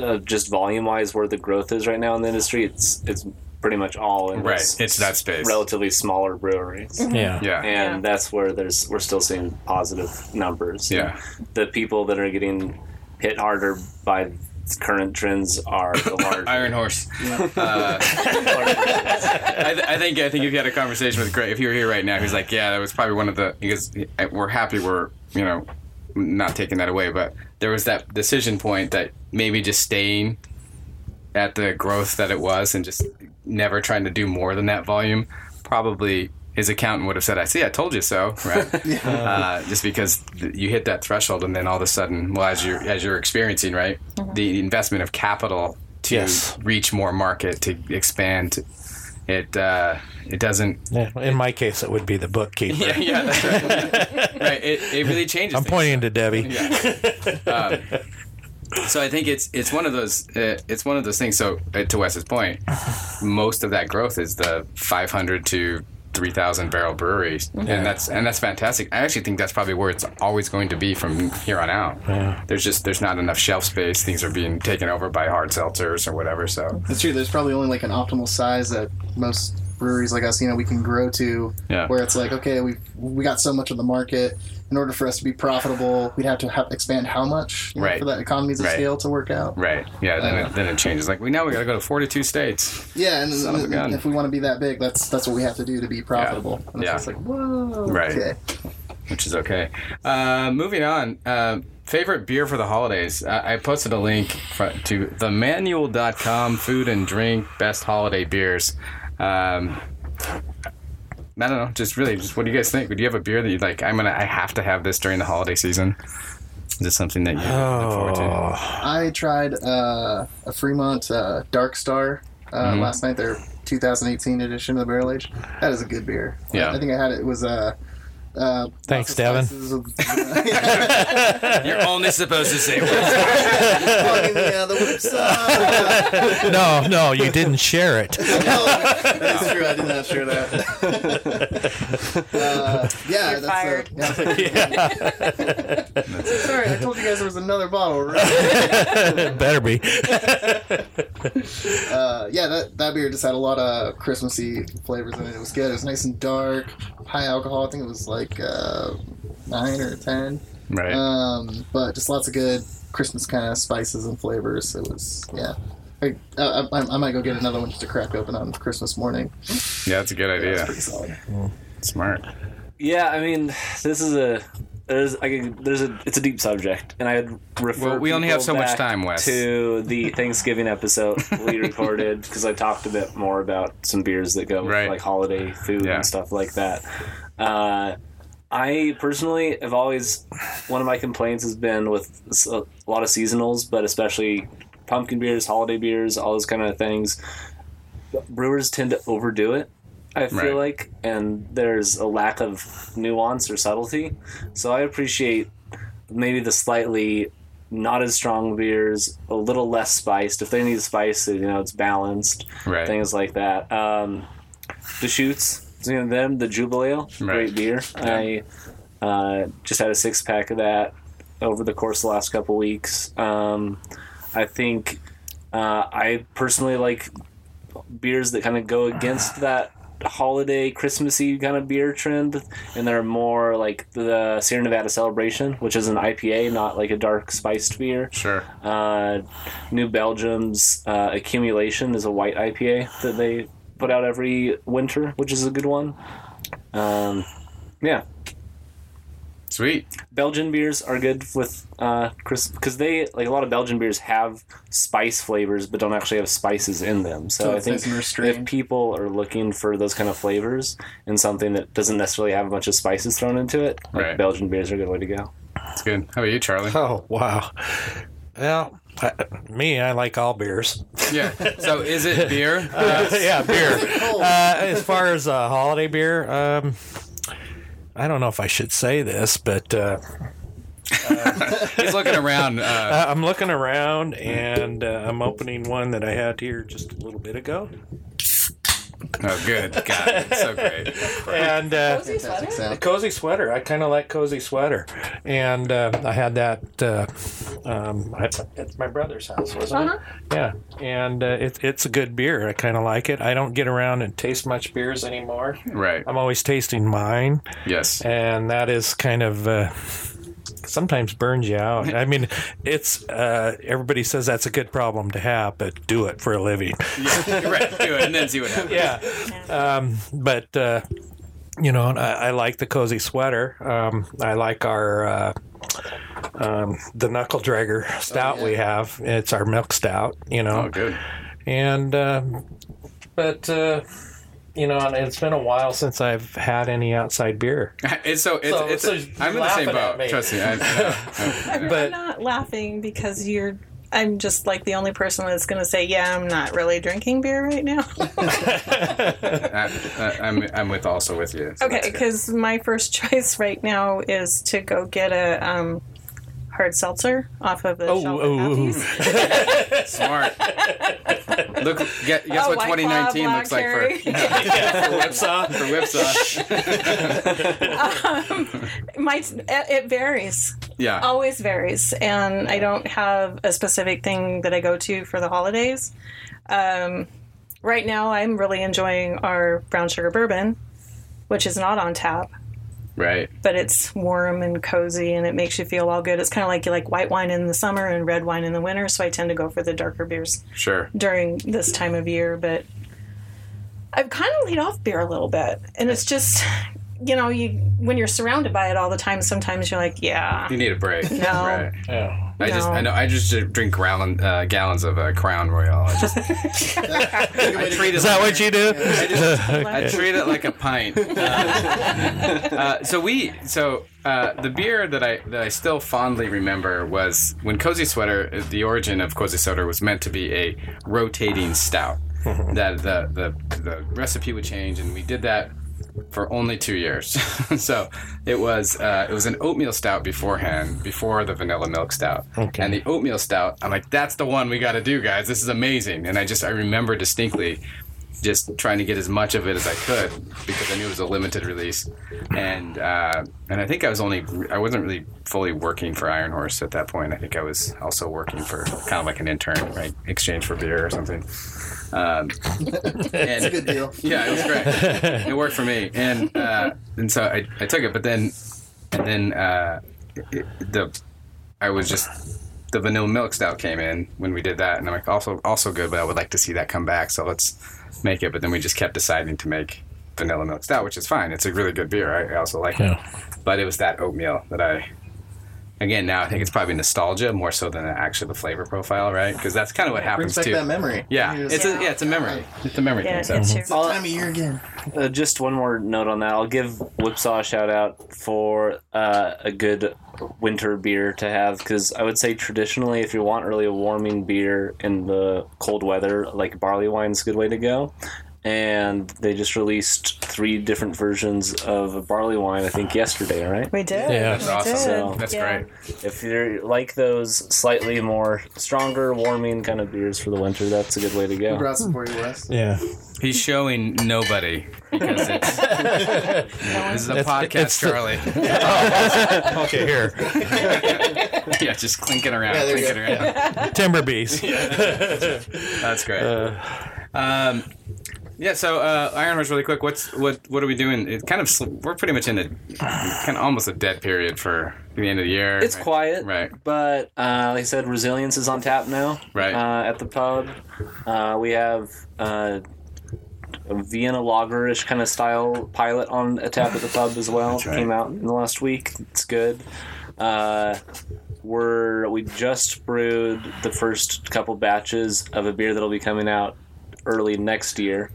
uh, just volume wise where the growth is right now in the industry, it's it's pretty much all in Right. this It's that space. relatively smaller breweries Yeah. Yeah. and Yeah. that's where there's we're still seeing positive numbers. Yeah. the people that are getting hit harder by current trends are the large. Iron Horse. Uh, I, th- I think I think if you had a conversation with Greg, if you were here right now, he's like, yeah, that was probably one of the because eh, we're happy we're you know not taking that away, but there was that decision point that maybe just staying at the growth that it was and just never trying to do more than that volume probably his accountant would have said, "I see, I told you so," right? uh, just because th- you hit that threshold, and then all of a sudden, well, as you're as you're experiencing, right, the investment of capital to Yes. reach more market to expand, it uh, it doesn't. Yeah, in my case, it would be the bookkeeper. Yeah, yeah, that's right. right. It, it really changes. I'm things. pointing to Debbie. So I think it's it's one of those uh, it's one of those things. So uh, to Wes's point, most of that growth is the 500 to 3,000 barrel breweries, and that's and that's fantastic. I actually think that's probably where it's always going to be from here on out. There's just there's not enough shelf space. Things are being taken over by hard seltzers or whatever. So That's true. There's probably only like an optimal size that most breweries like us, you know, we can grow to. Yeah. Where it's like, okay, we we got so much of the market. In order for us to be profitable, we'd have to have, expand how much you know, Right. for that economies of Right. scale to work out. right, yeah. Then it, then it changes. Like we now we got to go to 42 states. Yeah, and Son of a gun. if we want to be that big, that's that's what we have to do to be profitable. And it's Yeah. just like, whoa. Right. Okay. which is okay. Uh, moving on. Uh, favorite beer for the holidays? I, I posted a link fr- to themanual.com food and drink best holiday beers. Um, I don't know. Just really, just what do you guys think? Do you have a beer that you like? I'm gonna. I have to have this during the holiday season. Is this something that you look forward Oh. to? I tried uh, a Fremont uh, Dark Star uh, Mm-hmm. last night. Their 2018 edition of the barrel age. That is a good beer. Yeah. I think I had it. It was uh, uh, lots Thanks, of Devin. spices of- Yeah. You're only supposed to say. Plugging the, uh, the whipsaw. no, no, you didn't share it. that is true. I did not share that. uh, yeah, You're that's fired. A, yeah, that's a- Sorry, I told you guys there was another bottle. Right? Better be. Uh, yeah, that, that beer just had a lot of Christmassy flavors in it. It was good. It was nice and dark, high alcohol. I think it was like uh, nine or ten. Right. Um, but just lots of good Christmas kind of spices and flavors. It was yeah. I, I, I, I might go get another one just to crack open on Christmas morning. yeah, that's a good idea. Pretty solid. Smart. Yeah, I mean, this is a there's I could, there's a it's a deep subject, and I refer. Well, we only have so people much back time, Wes. To the Thanksgiving episode we recorded because I talked a bit more about some beers that go with, Right. like holiday food Yeah. and stuff like that. Uh, I personally have always one of my complaints has been with s- a lot of seasonals, but especially pumpkin beers, holiday beers, all those kind of things. Brewers tend to overdo it. I feel Right. like, and there's a lack of nuance or subtlety. So I appreciate maybe the slightly not as strong beers, a little less spiced. If they need spice, you know, it's balanced Right. things like that. Um, the shoots, you know, them, the Jubilee, Ale, Right. great beer. I uh, just had a six pack of that over the course of the last couple weeks. Um, I think uh, I personally like beers that kind of go against that holiday Christmassy kind of beer trend, and they're more like the Sierra Nevada Celebration, which is an IPA, not like a dark spiced beer. Sure. Uh, New Belgium's uh, Accumulation is a white IPA that they put out every winter, which is a good one. Um, yeah, Sweet. Belgian beers are good with uh, because they like a lot of Belgian beers have spice flavors, but don't actually have spices in them. So, So I it's think nice and restrained. if people are looking for those kind of flavors and something that doesn't necessarily have a bunch of spices thrown into it, like Right. Belgian beers are a good way to go. It's good. How about you, Charlie? Oh, wow. Well, I, me, I like all beers. Yeah. So is it beer? yeah, beer. Uh, as far as uh, holiday beer, um, I don't know if I should say this, but uh, He's looking around. Uh, I- I'm looking around and uh, I'm opening one that I had here just a little bit ago. Oh, good. God, it's so great. And uh, Cozy sweater? So, cozy sweater. I kind of like cozy sweater, and uh, I had that. Uh, um, at, at my brother's house, wasn't Uh-huh. it? Yeah, and uh, it, it's a good beer. I kind of like it. I don't get around and taste much beers anymore. Hmm. Right. I'm always tasting mine, Yes. and that is kind of. Uh, Sometimes burns you out. I mean, it's uh, everybody says that's a good problem to have, but do it for a living. right. Do it and then see what happens. yeah. Um, but uh, you know, I, I like the cozy sweater. Um, I like our uh, um, the knuckle dragger stout we have. It's our milk stout. You know, Oh, good. and uh, but uh, you know, and it's been a while since I've had any outside beer. It's so it's, So- it's so you're I'm in the same laughing at boat. me. Trust me. I, I- I- I'm But- not laughing because you're. I'm just like the only person that's going to say, "Yeah, I'm not really drinking beer right now." I, am I'm with also with you. so okay, that's good. because my first choice right now is to go get a um, hard seltzer off of the Oh, shelf oh, at oh. Applebee's. smart. Look, get, guess Oh, what White Claw, 2019 Black looks like for Cherry. for Whipsaw. my it, it varies Yeah. always varies and i don't have a specific thing that i go to for the holidays um, right now i'm really enjoying our brown sugar bourbon which is not on tap Right. but it's warm and cozy and it makes you feel all good it's kind of like you like white wine in the summer and red wine in the winter so i tend to go for the darker beers Sure. during this time of year, but I've kind of laid off beer a little bit. And it's just, you know, you when you're surrounded by it all the time, sometimes you're like, yeah, You need a break. No. Right. Yeah. I just No. I know I just drink gallon, uh, gallons of uh, Crown Royal. I just I treat it Is that like- what you do? I just- I treat it like a pint. Uh, uh, so we so uh, the beer that I that I still fondly remember was when Cozy Sweater. uh, The origin of Cozy Sweater was meant to be a rotating stout. that the, the the recipe would change, and we did that for only two years. so it was uh, it was an oatmeal stout beforehand, before the vanilla milk stout. Okay. And the oatmeal stout, I'm like, that's the one we got to do, guys. This is amazing. And I just I remember distinctly just trying to get as much of it as I could because I knew it was a limited release, and uh, and I think I was only I wasn't really fully working for Iron Horse at that point. I think I was also working for kind of like an intern, right, exchange for beer or something. Um, and, Good deal. yeah, it was great. it worked for me, and uh, and so I, I took it. But then, and then uh, it, the I was just the vanilla milk stout came in when we did that, and I'm like, also also good, but I would like to see that come back. So let's make it. But then we just kept deciding to make vanilla milk stout, which is fine. It's a really good beer. I, I also like Yeah. it. But it was that oatmeal that I. Again, now I think it's probably nostalgia more so than actually the flavor profile, right? Because that's kind of what happens Brings back too. that memory. Yeah, You're it's just a yeah, it's a memory. It's a memory yeah, thing. So. it's It's your, that time of year again. Uh, just one more note on that. I'll give Whipsaw a shout out for uh, a good winter beer to have because I would say traditionally, if you want really a warming beer in the cold weather, like barley wine's a good way to go. And they just released three different versions of a barley wine, I think, yesterday, right? we did. Yeah. That's we awesome. So- Did. That's Yeah. great. If you like those slightly more stronger, warming kind of beers for the winter, that's a good way to We go. brought some for you, Wes. Yeah. He's showing nobody because it's this is a It's- podcast, it's the- Charlie. Okay, here. yeah, just clinking around, Yeah, there you clinking around. Timber bees. That's great. Uh, um, yeah, so uh, Iron Horse, really quick. What's what? What are we doing? It kind of sl- we're pretty much in a kind of almost a dead period for the end of the year. It's right? quiet, Right. But uh, like I said, resilience is on tap now. Right. Uh, at the pub, uh, we have uh, a Vienna lagerish kind of style pilot on a tap at the pub as well. right. Came out in the last week. It's good. Uh, we're we just brewed the first couple batches of a beer that'll be coming out early next year.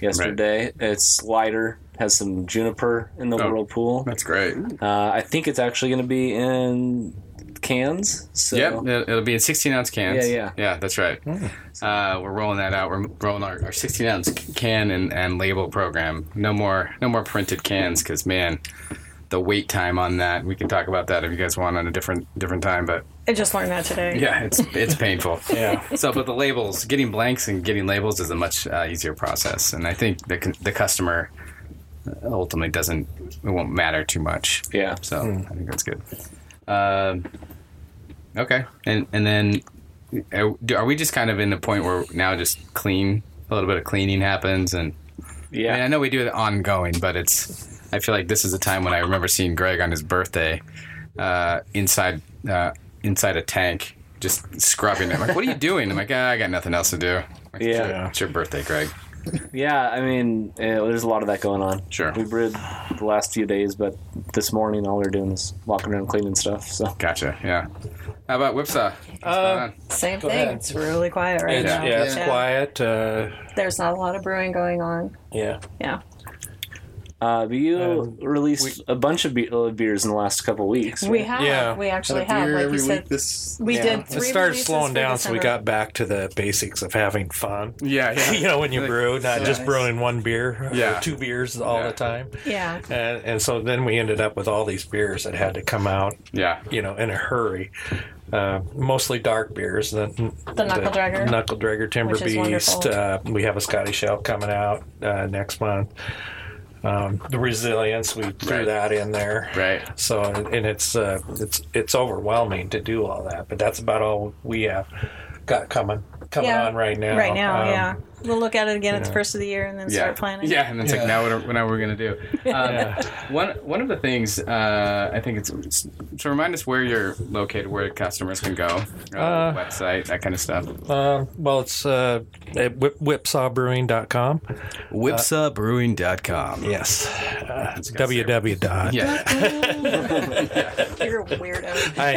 Yesterday, it's lighter. Has some juniper in the Oh. whirlpool. That's great. Uh, I think it's actually going to be in cans. So Yep, it'll, it'll be in 16 ounce cans. Yeah, yeah. yeah. That's right. Uh, we're rolling that out. We're rolling our, our 16 ounce can and, and label program. No more, no more printed cans because man, the wait time on that. We can talk about that if you guys want on a different different time. But I just learned that today. yeah, it's it's painful. Uh, Yeah. So, but the labels, getting blanks and getting labels is a much uh, easier process, and I think the con- the customer ultimately doesn't it won't matter too much. Yeah. So I think that's good. Um, okay, and and then are, do- are we just kind of in the point where now just clean a little bit of cleaning happens, and I, mean, I Yeah. know we do it ongoing, but it's I feel like this is a time when I remember seeing Greg on his birthday uh, inside uh, inside a tank. Just scrubbing it. I'm like, what are you doing? I'm like, ah, I got nothing else to do. I'm like, Yeah. It's your birthday, Greg. Yeah, I mean, eh, there's a lot of that going on. Sure. We brewed the last few days, but this morning all we're doing is walking around cleaning stuff. So Gotcha. Yeah. How about Whipsaw? What's Uh, going on? Same thing. It's really quiet right It's, now. yeah, it's Yeah. quiet. Uh, There's not a lot of brewing going on. yeah. Yeah. Uh, but you Um, released a bunch of be- uh, beers in the last couple weeks. We right? have. Yeah. We actually Had a have. beer Like you every said, week this. we yeah. did It three started releases slowing for down, so we December. got back to the basics of having fun. Yeah. Yeah. you know, when you Like- brew, not Yeah. just brewing one beer, or Yeah. two beers all Yeah. the time. Yeah. And, and so then we ended up with all these beers that had to come out, Yeah. you know, in a hurry. Uh, mostly dark beers. The, the Knuckle Dragger. Knuckle Dragger, Timber Which is Beast. wonderful. Uh, we have a Scottish Ale coming out uh, next month. Um, the Resilience, we threw Right. that in there. Right. So and it's uh, it's it's overwhelming to do all that, but that's about all we have got coming coming Yeah. on right now. Right now, Um, yeah. We'll look at it again at the know. first of the year and then Yeah. start planning. Yeah. And it's like Yeah. now what are, now what are we gonna do? Um, One one of the things uh, I think it's, it's so remind us where you're located, where customers can go, uh, Uh, website, that kind of stuff. Um, well, it's uh, at whip, whipsawbrewing.com. Whipsawbrewing.com. Yes. Uh, www. Dot. Yeah. You're a weirdo. I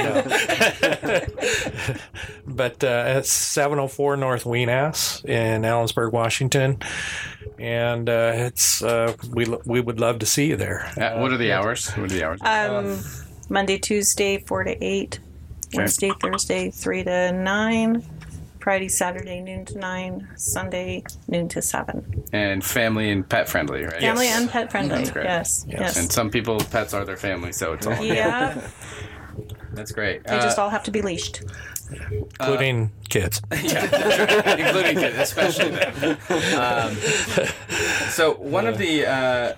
know. but uh, it's 704 North Weenass in Allensburg, Washington. And uh, it's uh, we, lo- we would love to see you there. Uh, what are the hours? What are the hours? Um, Monday, Tuesday, 4 to 8. Wednesday, Thursday, 3 to 9. Friday, Saturday, noon to 9. Sunday, noon to 7. and family and pet friendly, right? Family and pet friendly. great. Yes. Yes. And some people, pets are their family, so it's all yeah. that's great. They just Uh, all have to be leashed. including kids. including kids, especially them. Um, so one of the, uh, uh,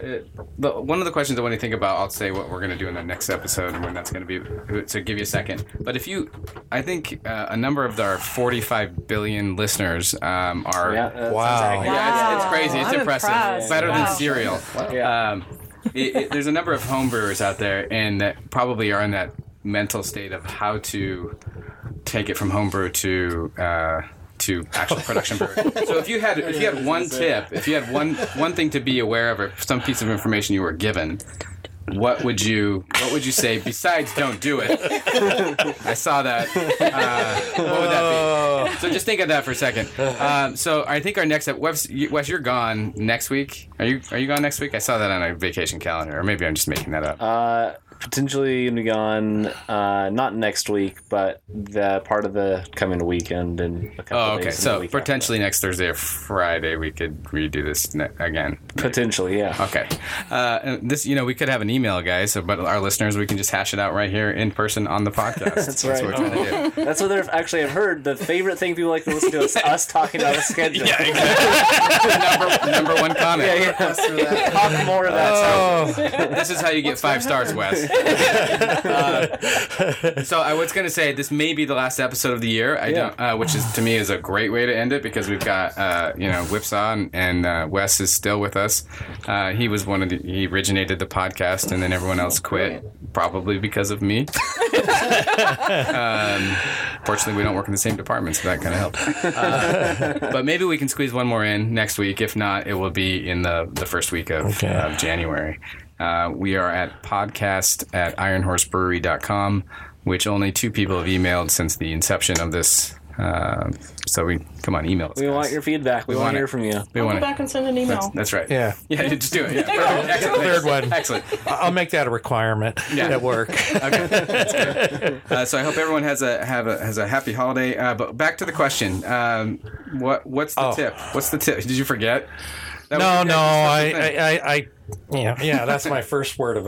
the one of the questions I want to think about, I'll say what we're going to do in the next episode and when that's going to be. So give you a second. But if you, I think uh, a number of our 45 billion listeners um, are. Yeah, uh, that sounds Wow. Oh, accurate. Yeah, it's, it's Wow. crazy. It's I'm impressive. impressed. Better Wow. than cereal. Yeah. Um, it, it, there's a number of home brewers out there, and that probably are in that mental state of how to take it from homebrew to uh, to actual production brew. So if you had if you had one tip, if you had one one thing to be aware of, or some piece of information you were given. What would you What would you say besides "Don't do it"? I saw that. Uh, what would that be? So just think of that for a second. Um, so I think our next ep- Wes, you- Wes, you're gone next week. Are you Are you gone next week? I saw that on a vacation calendar, or maybe I'm just making that up. Uh, potentially gonna be gone, uh, not next week, but the part of the coming weekend and a couple oh, days okay. in the So week after. potentially next Thursday or Friday we could redo this ne- again. potentially, yeah. Okay. Uh, and this, you know, we could have an email, guys, so- but our listeners, we can just hash it out right here in person on the podcast. That's, right. what we're trying to do. That's what they're actually. I've heard the favorite thing people like to listen to is us talking about a schedule. Yeah, exactly. number, number one comment. yeah, yeah. Plus for that. Talk more of Oh, that. This is how you get five stars, Wes. Uh, so I was going to say this may be the last episode of the year. I Yeah. don't, uh, which is to me is a great way to end it because we've got uh, you know Whipsaw and, and uh, Wes is still with us. Uh, he was one of the he originated the podcast and then everyone else quit probably because of me. um, fortunately, we don't work in the same department, so that kind of helped. Uh, but maybe we can squeeze one more in next week. If not, it will be in the the first week of, Okay. of January. Uh, we are at podcast at ironhorsebrewery.com, which only two people have emailed since the inception of this. Uh, so we come on, email us. We guys. want your feedback. We, want want to it. hear from you. We want Go it. back and send an email. That's right. yeah. Yeah, just do it. Yeah. go. Excellent. Third one. Excellent. I'll make that a requirement Yeah. at work. Uh, so I hope everyone has a have a has a happy holiday. Uh, but back to the question. Um, what what's the Oh. tip? What's the tip? Did you forget? That No, was- no, I, that's the thing. I, I, I, yeah, yeah. That's my first word of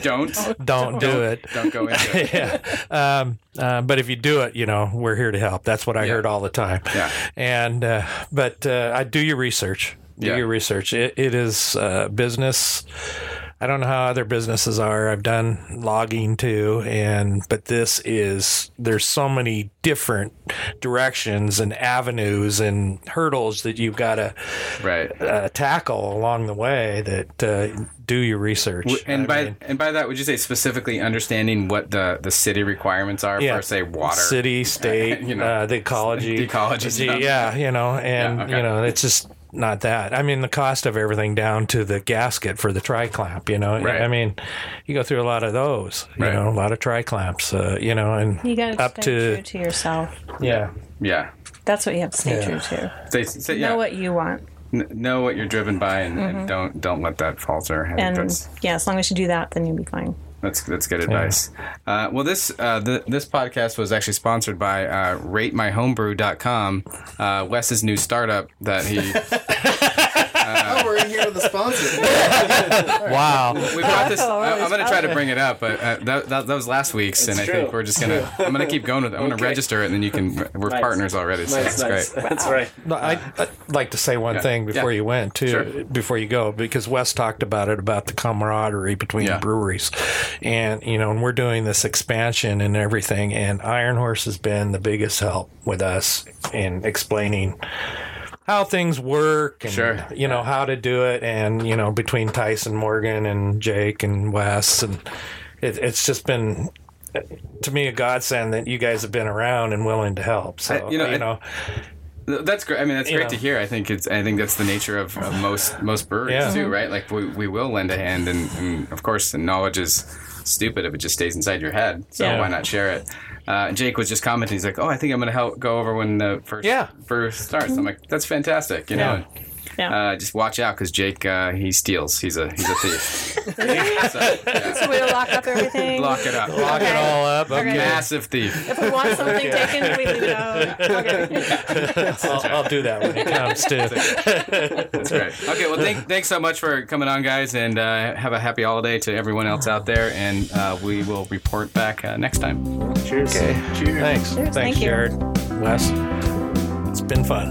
don't Don't do it. don't go into it. yeah. Um, uh, but if you do it, you know, we're here to help. That's what I heard all the time. Yeah. And, uh, but uh, I do your research. Do Yeah. your research. It, it is uh, business. I don't know how other businesses are. I've done logging too, and but this is there's so many different directions and avenues and hurdles that you've got to Right. uh, tackle along the way. That uh, do your research. And I by mean, and by that, would you say specifically understanding what the, the city requirements are Yeah. for say water? city, state, You know, uh, the ecology, the ecology stuff. yeah, you know, and Yeah, okay. you know, it's just not that. I mean, the cost of everything down to the gasket for the tri clamp. You know, Right. I mean, you go through a lot of those. You Right. know, a lot of tri clamps. Uh, you know, and You got to up stay to true to yourself. yeah. Yeah. That's what you have to stay true to. They, say yeah. Know what you want, N- know what you're driven by, and, and don't don't let that falter. I think and that's- yeah, as long as you do that, then you'll be fine. That's that's good advice. Uh, well, this uh, th- this podcast was actually sponsored by uh, RateMyHomebrew.com, uh, Wes's new startup that he. Oh, we're in here with the sponsor. Wow. We brought this. Oh, I, am it's going to try to bring it up, but uh, that, that, that was last week's, and I think true. we're just going to. I'm going to keep going with. it. I'm going to Okay. register it, and then you can. We're Nice. partners already, so Nice, that's nice. great. That's right. I, would like to say one Uh, Yeah. thing before Yeah. you went, too, Sure. before you go, because Wes talked about it about the camaraderie between Yeah. the breweries, and you know, and we're doing this expansion and everything, and Iron Horse has been the biggest help with us in explaining how things work and Sure. you know how to do it, and you know between Tyson Morgan and Jake and Wes, and it, it's just been. uh, To me, a godsend that you guys have been around and willing to help. So you know, I- you know Th- That's great. I mean, that's You great know. to hear. I think it's. I think that's the nature of, of most most breweries Yeah. too, right? Like we, we will lend a hand, and, and of course, the knowledge is stupid if it just stays inside your head. So Yeah. why not share it? Uh, Jake was just commenting. He's like, "Oh, I think I'm going to help go over when the first Yeah. first starts." I'm like, "That's fantastic," you know. Yeah. Uh, just watch out because Jake uh, he steals. He's a he's a thief. so, yeah. So we'll lock up everything. Lock it up. lock it all up. A massive thief. If we want something taken, we leave it out. Okay. I'll, I'll do that when it comes to. That's right. Okay, well, thank, thanks so much for coming on, guys, and uh, have a happy holiday to everyone else out there. And uh, we will report back uh, next time. Cheers. Thanks. Thanks, thank you. Jared. Wes. It's been fun.